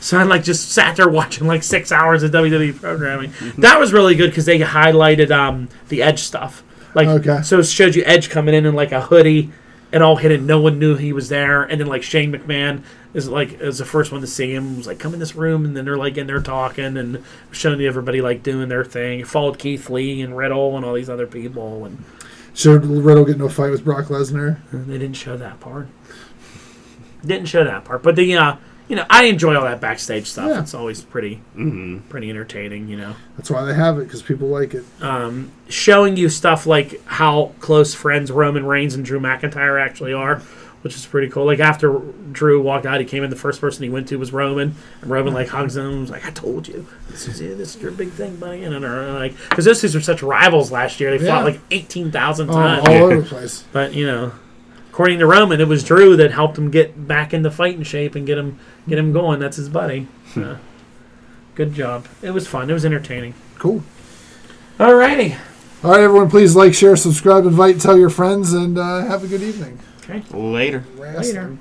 so I like just sat there watching like six hours of WWE programming. Mm-hmm. That was really good because they highlighted um, the Edge stuff. Like, Okay. so it showed you Edge coming in in like a hoodie and all hidden. No one knew he was there. And then like Shane McMahon is like is the first one to see him. Was like come in this room, and then they're like in there talking and showing everybody like doing their thing. Followed Keith Lee and Riddle and all these other people, and Showed Riddle getting into a fight with Brock Lesnar. they didn't show that part. Didn't show that part, but the uh, you know I enjoy all that backstage stuff. Yeah. It's always pretty, pretty entertaining. You know, That's why they have it because people like it. showing you stuff like how close friends Roman Reigns and Drew McIntyre actually are, which is pretty cool. Like after Drew walked out, he came in. The first person he went to was Roman, and Roman like hugs him. and was like, "I told you, this is it. This is your big thing, buddy." And they're like, because those two were such rivals last year. They Yeah. fought like eighteen thousand Oh, times. all over the place. But you know, according to Roman, it was Drew that helped him get back into fighting shape and get him get him going. That's his buddy. So, good job. It was fun. It was entertaining. Cool. Alrighty. All right, everyone. Please like, share, subscribe, invite, tell your friends, and uh, have a good evening. Okay. Later. Later. Wrestling.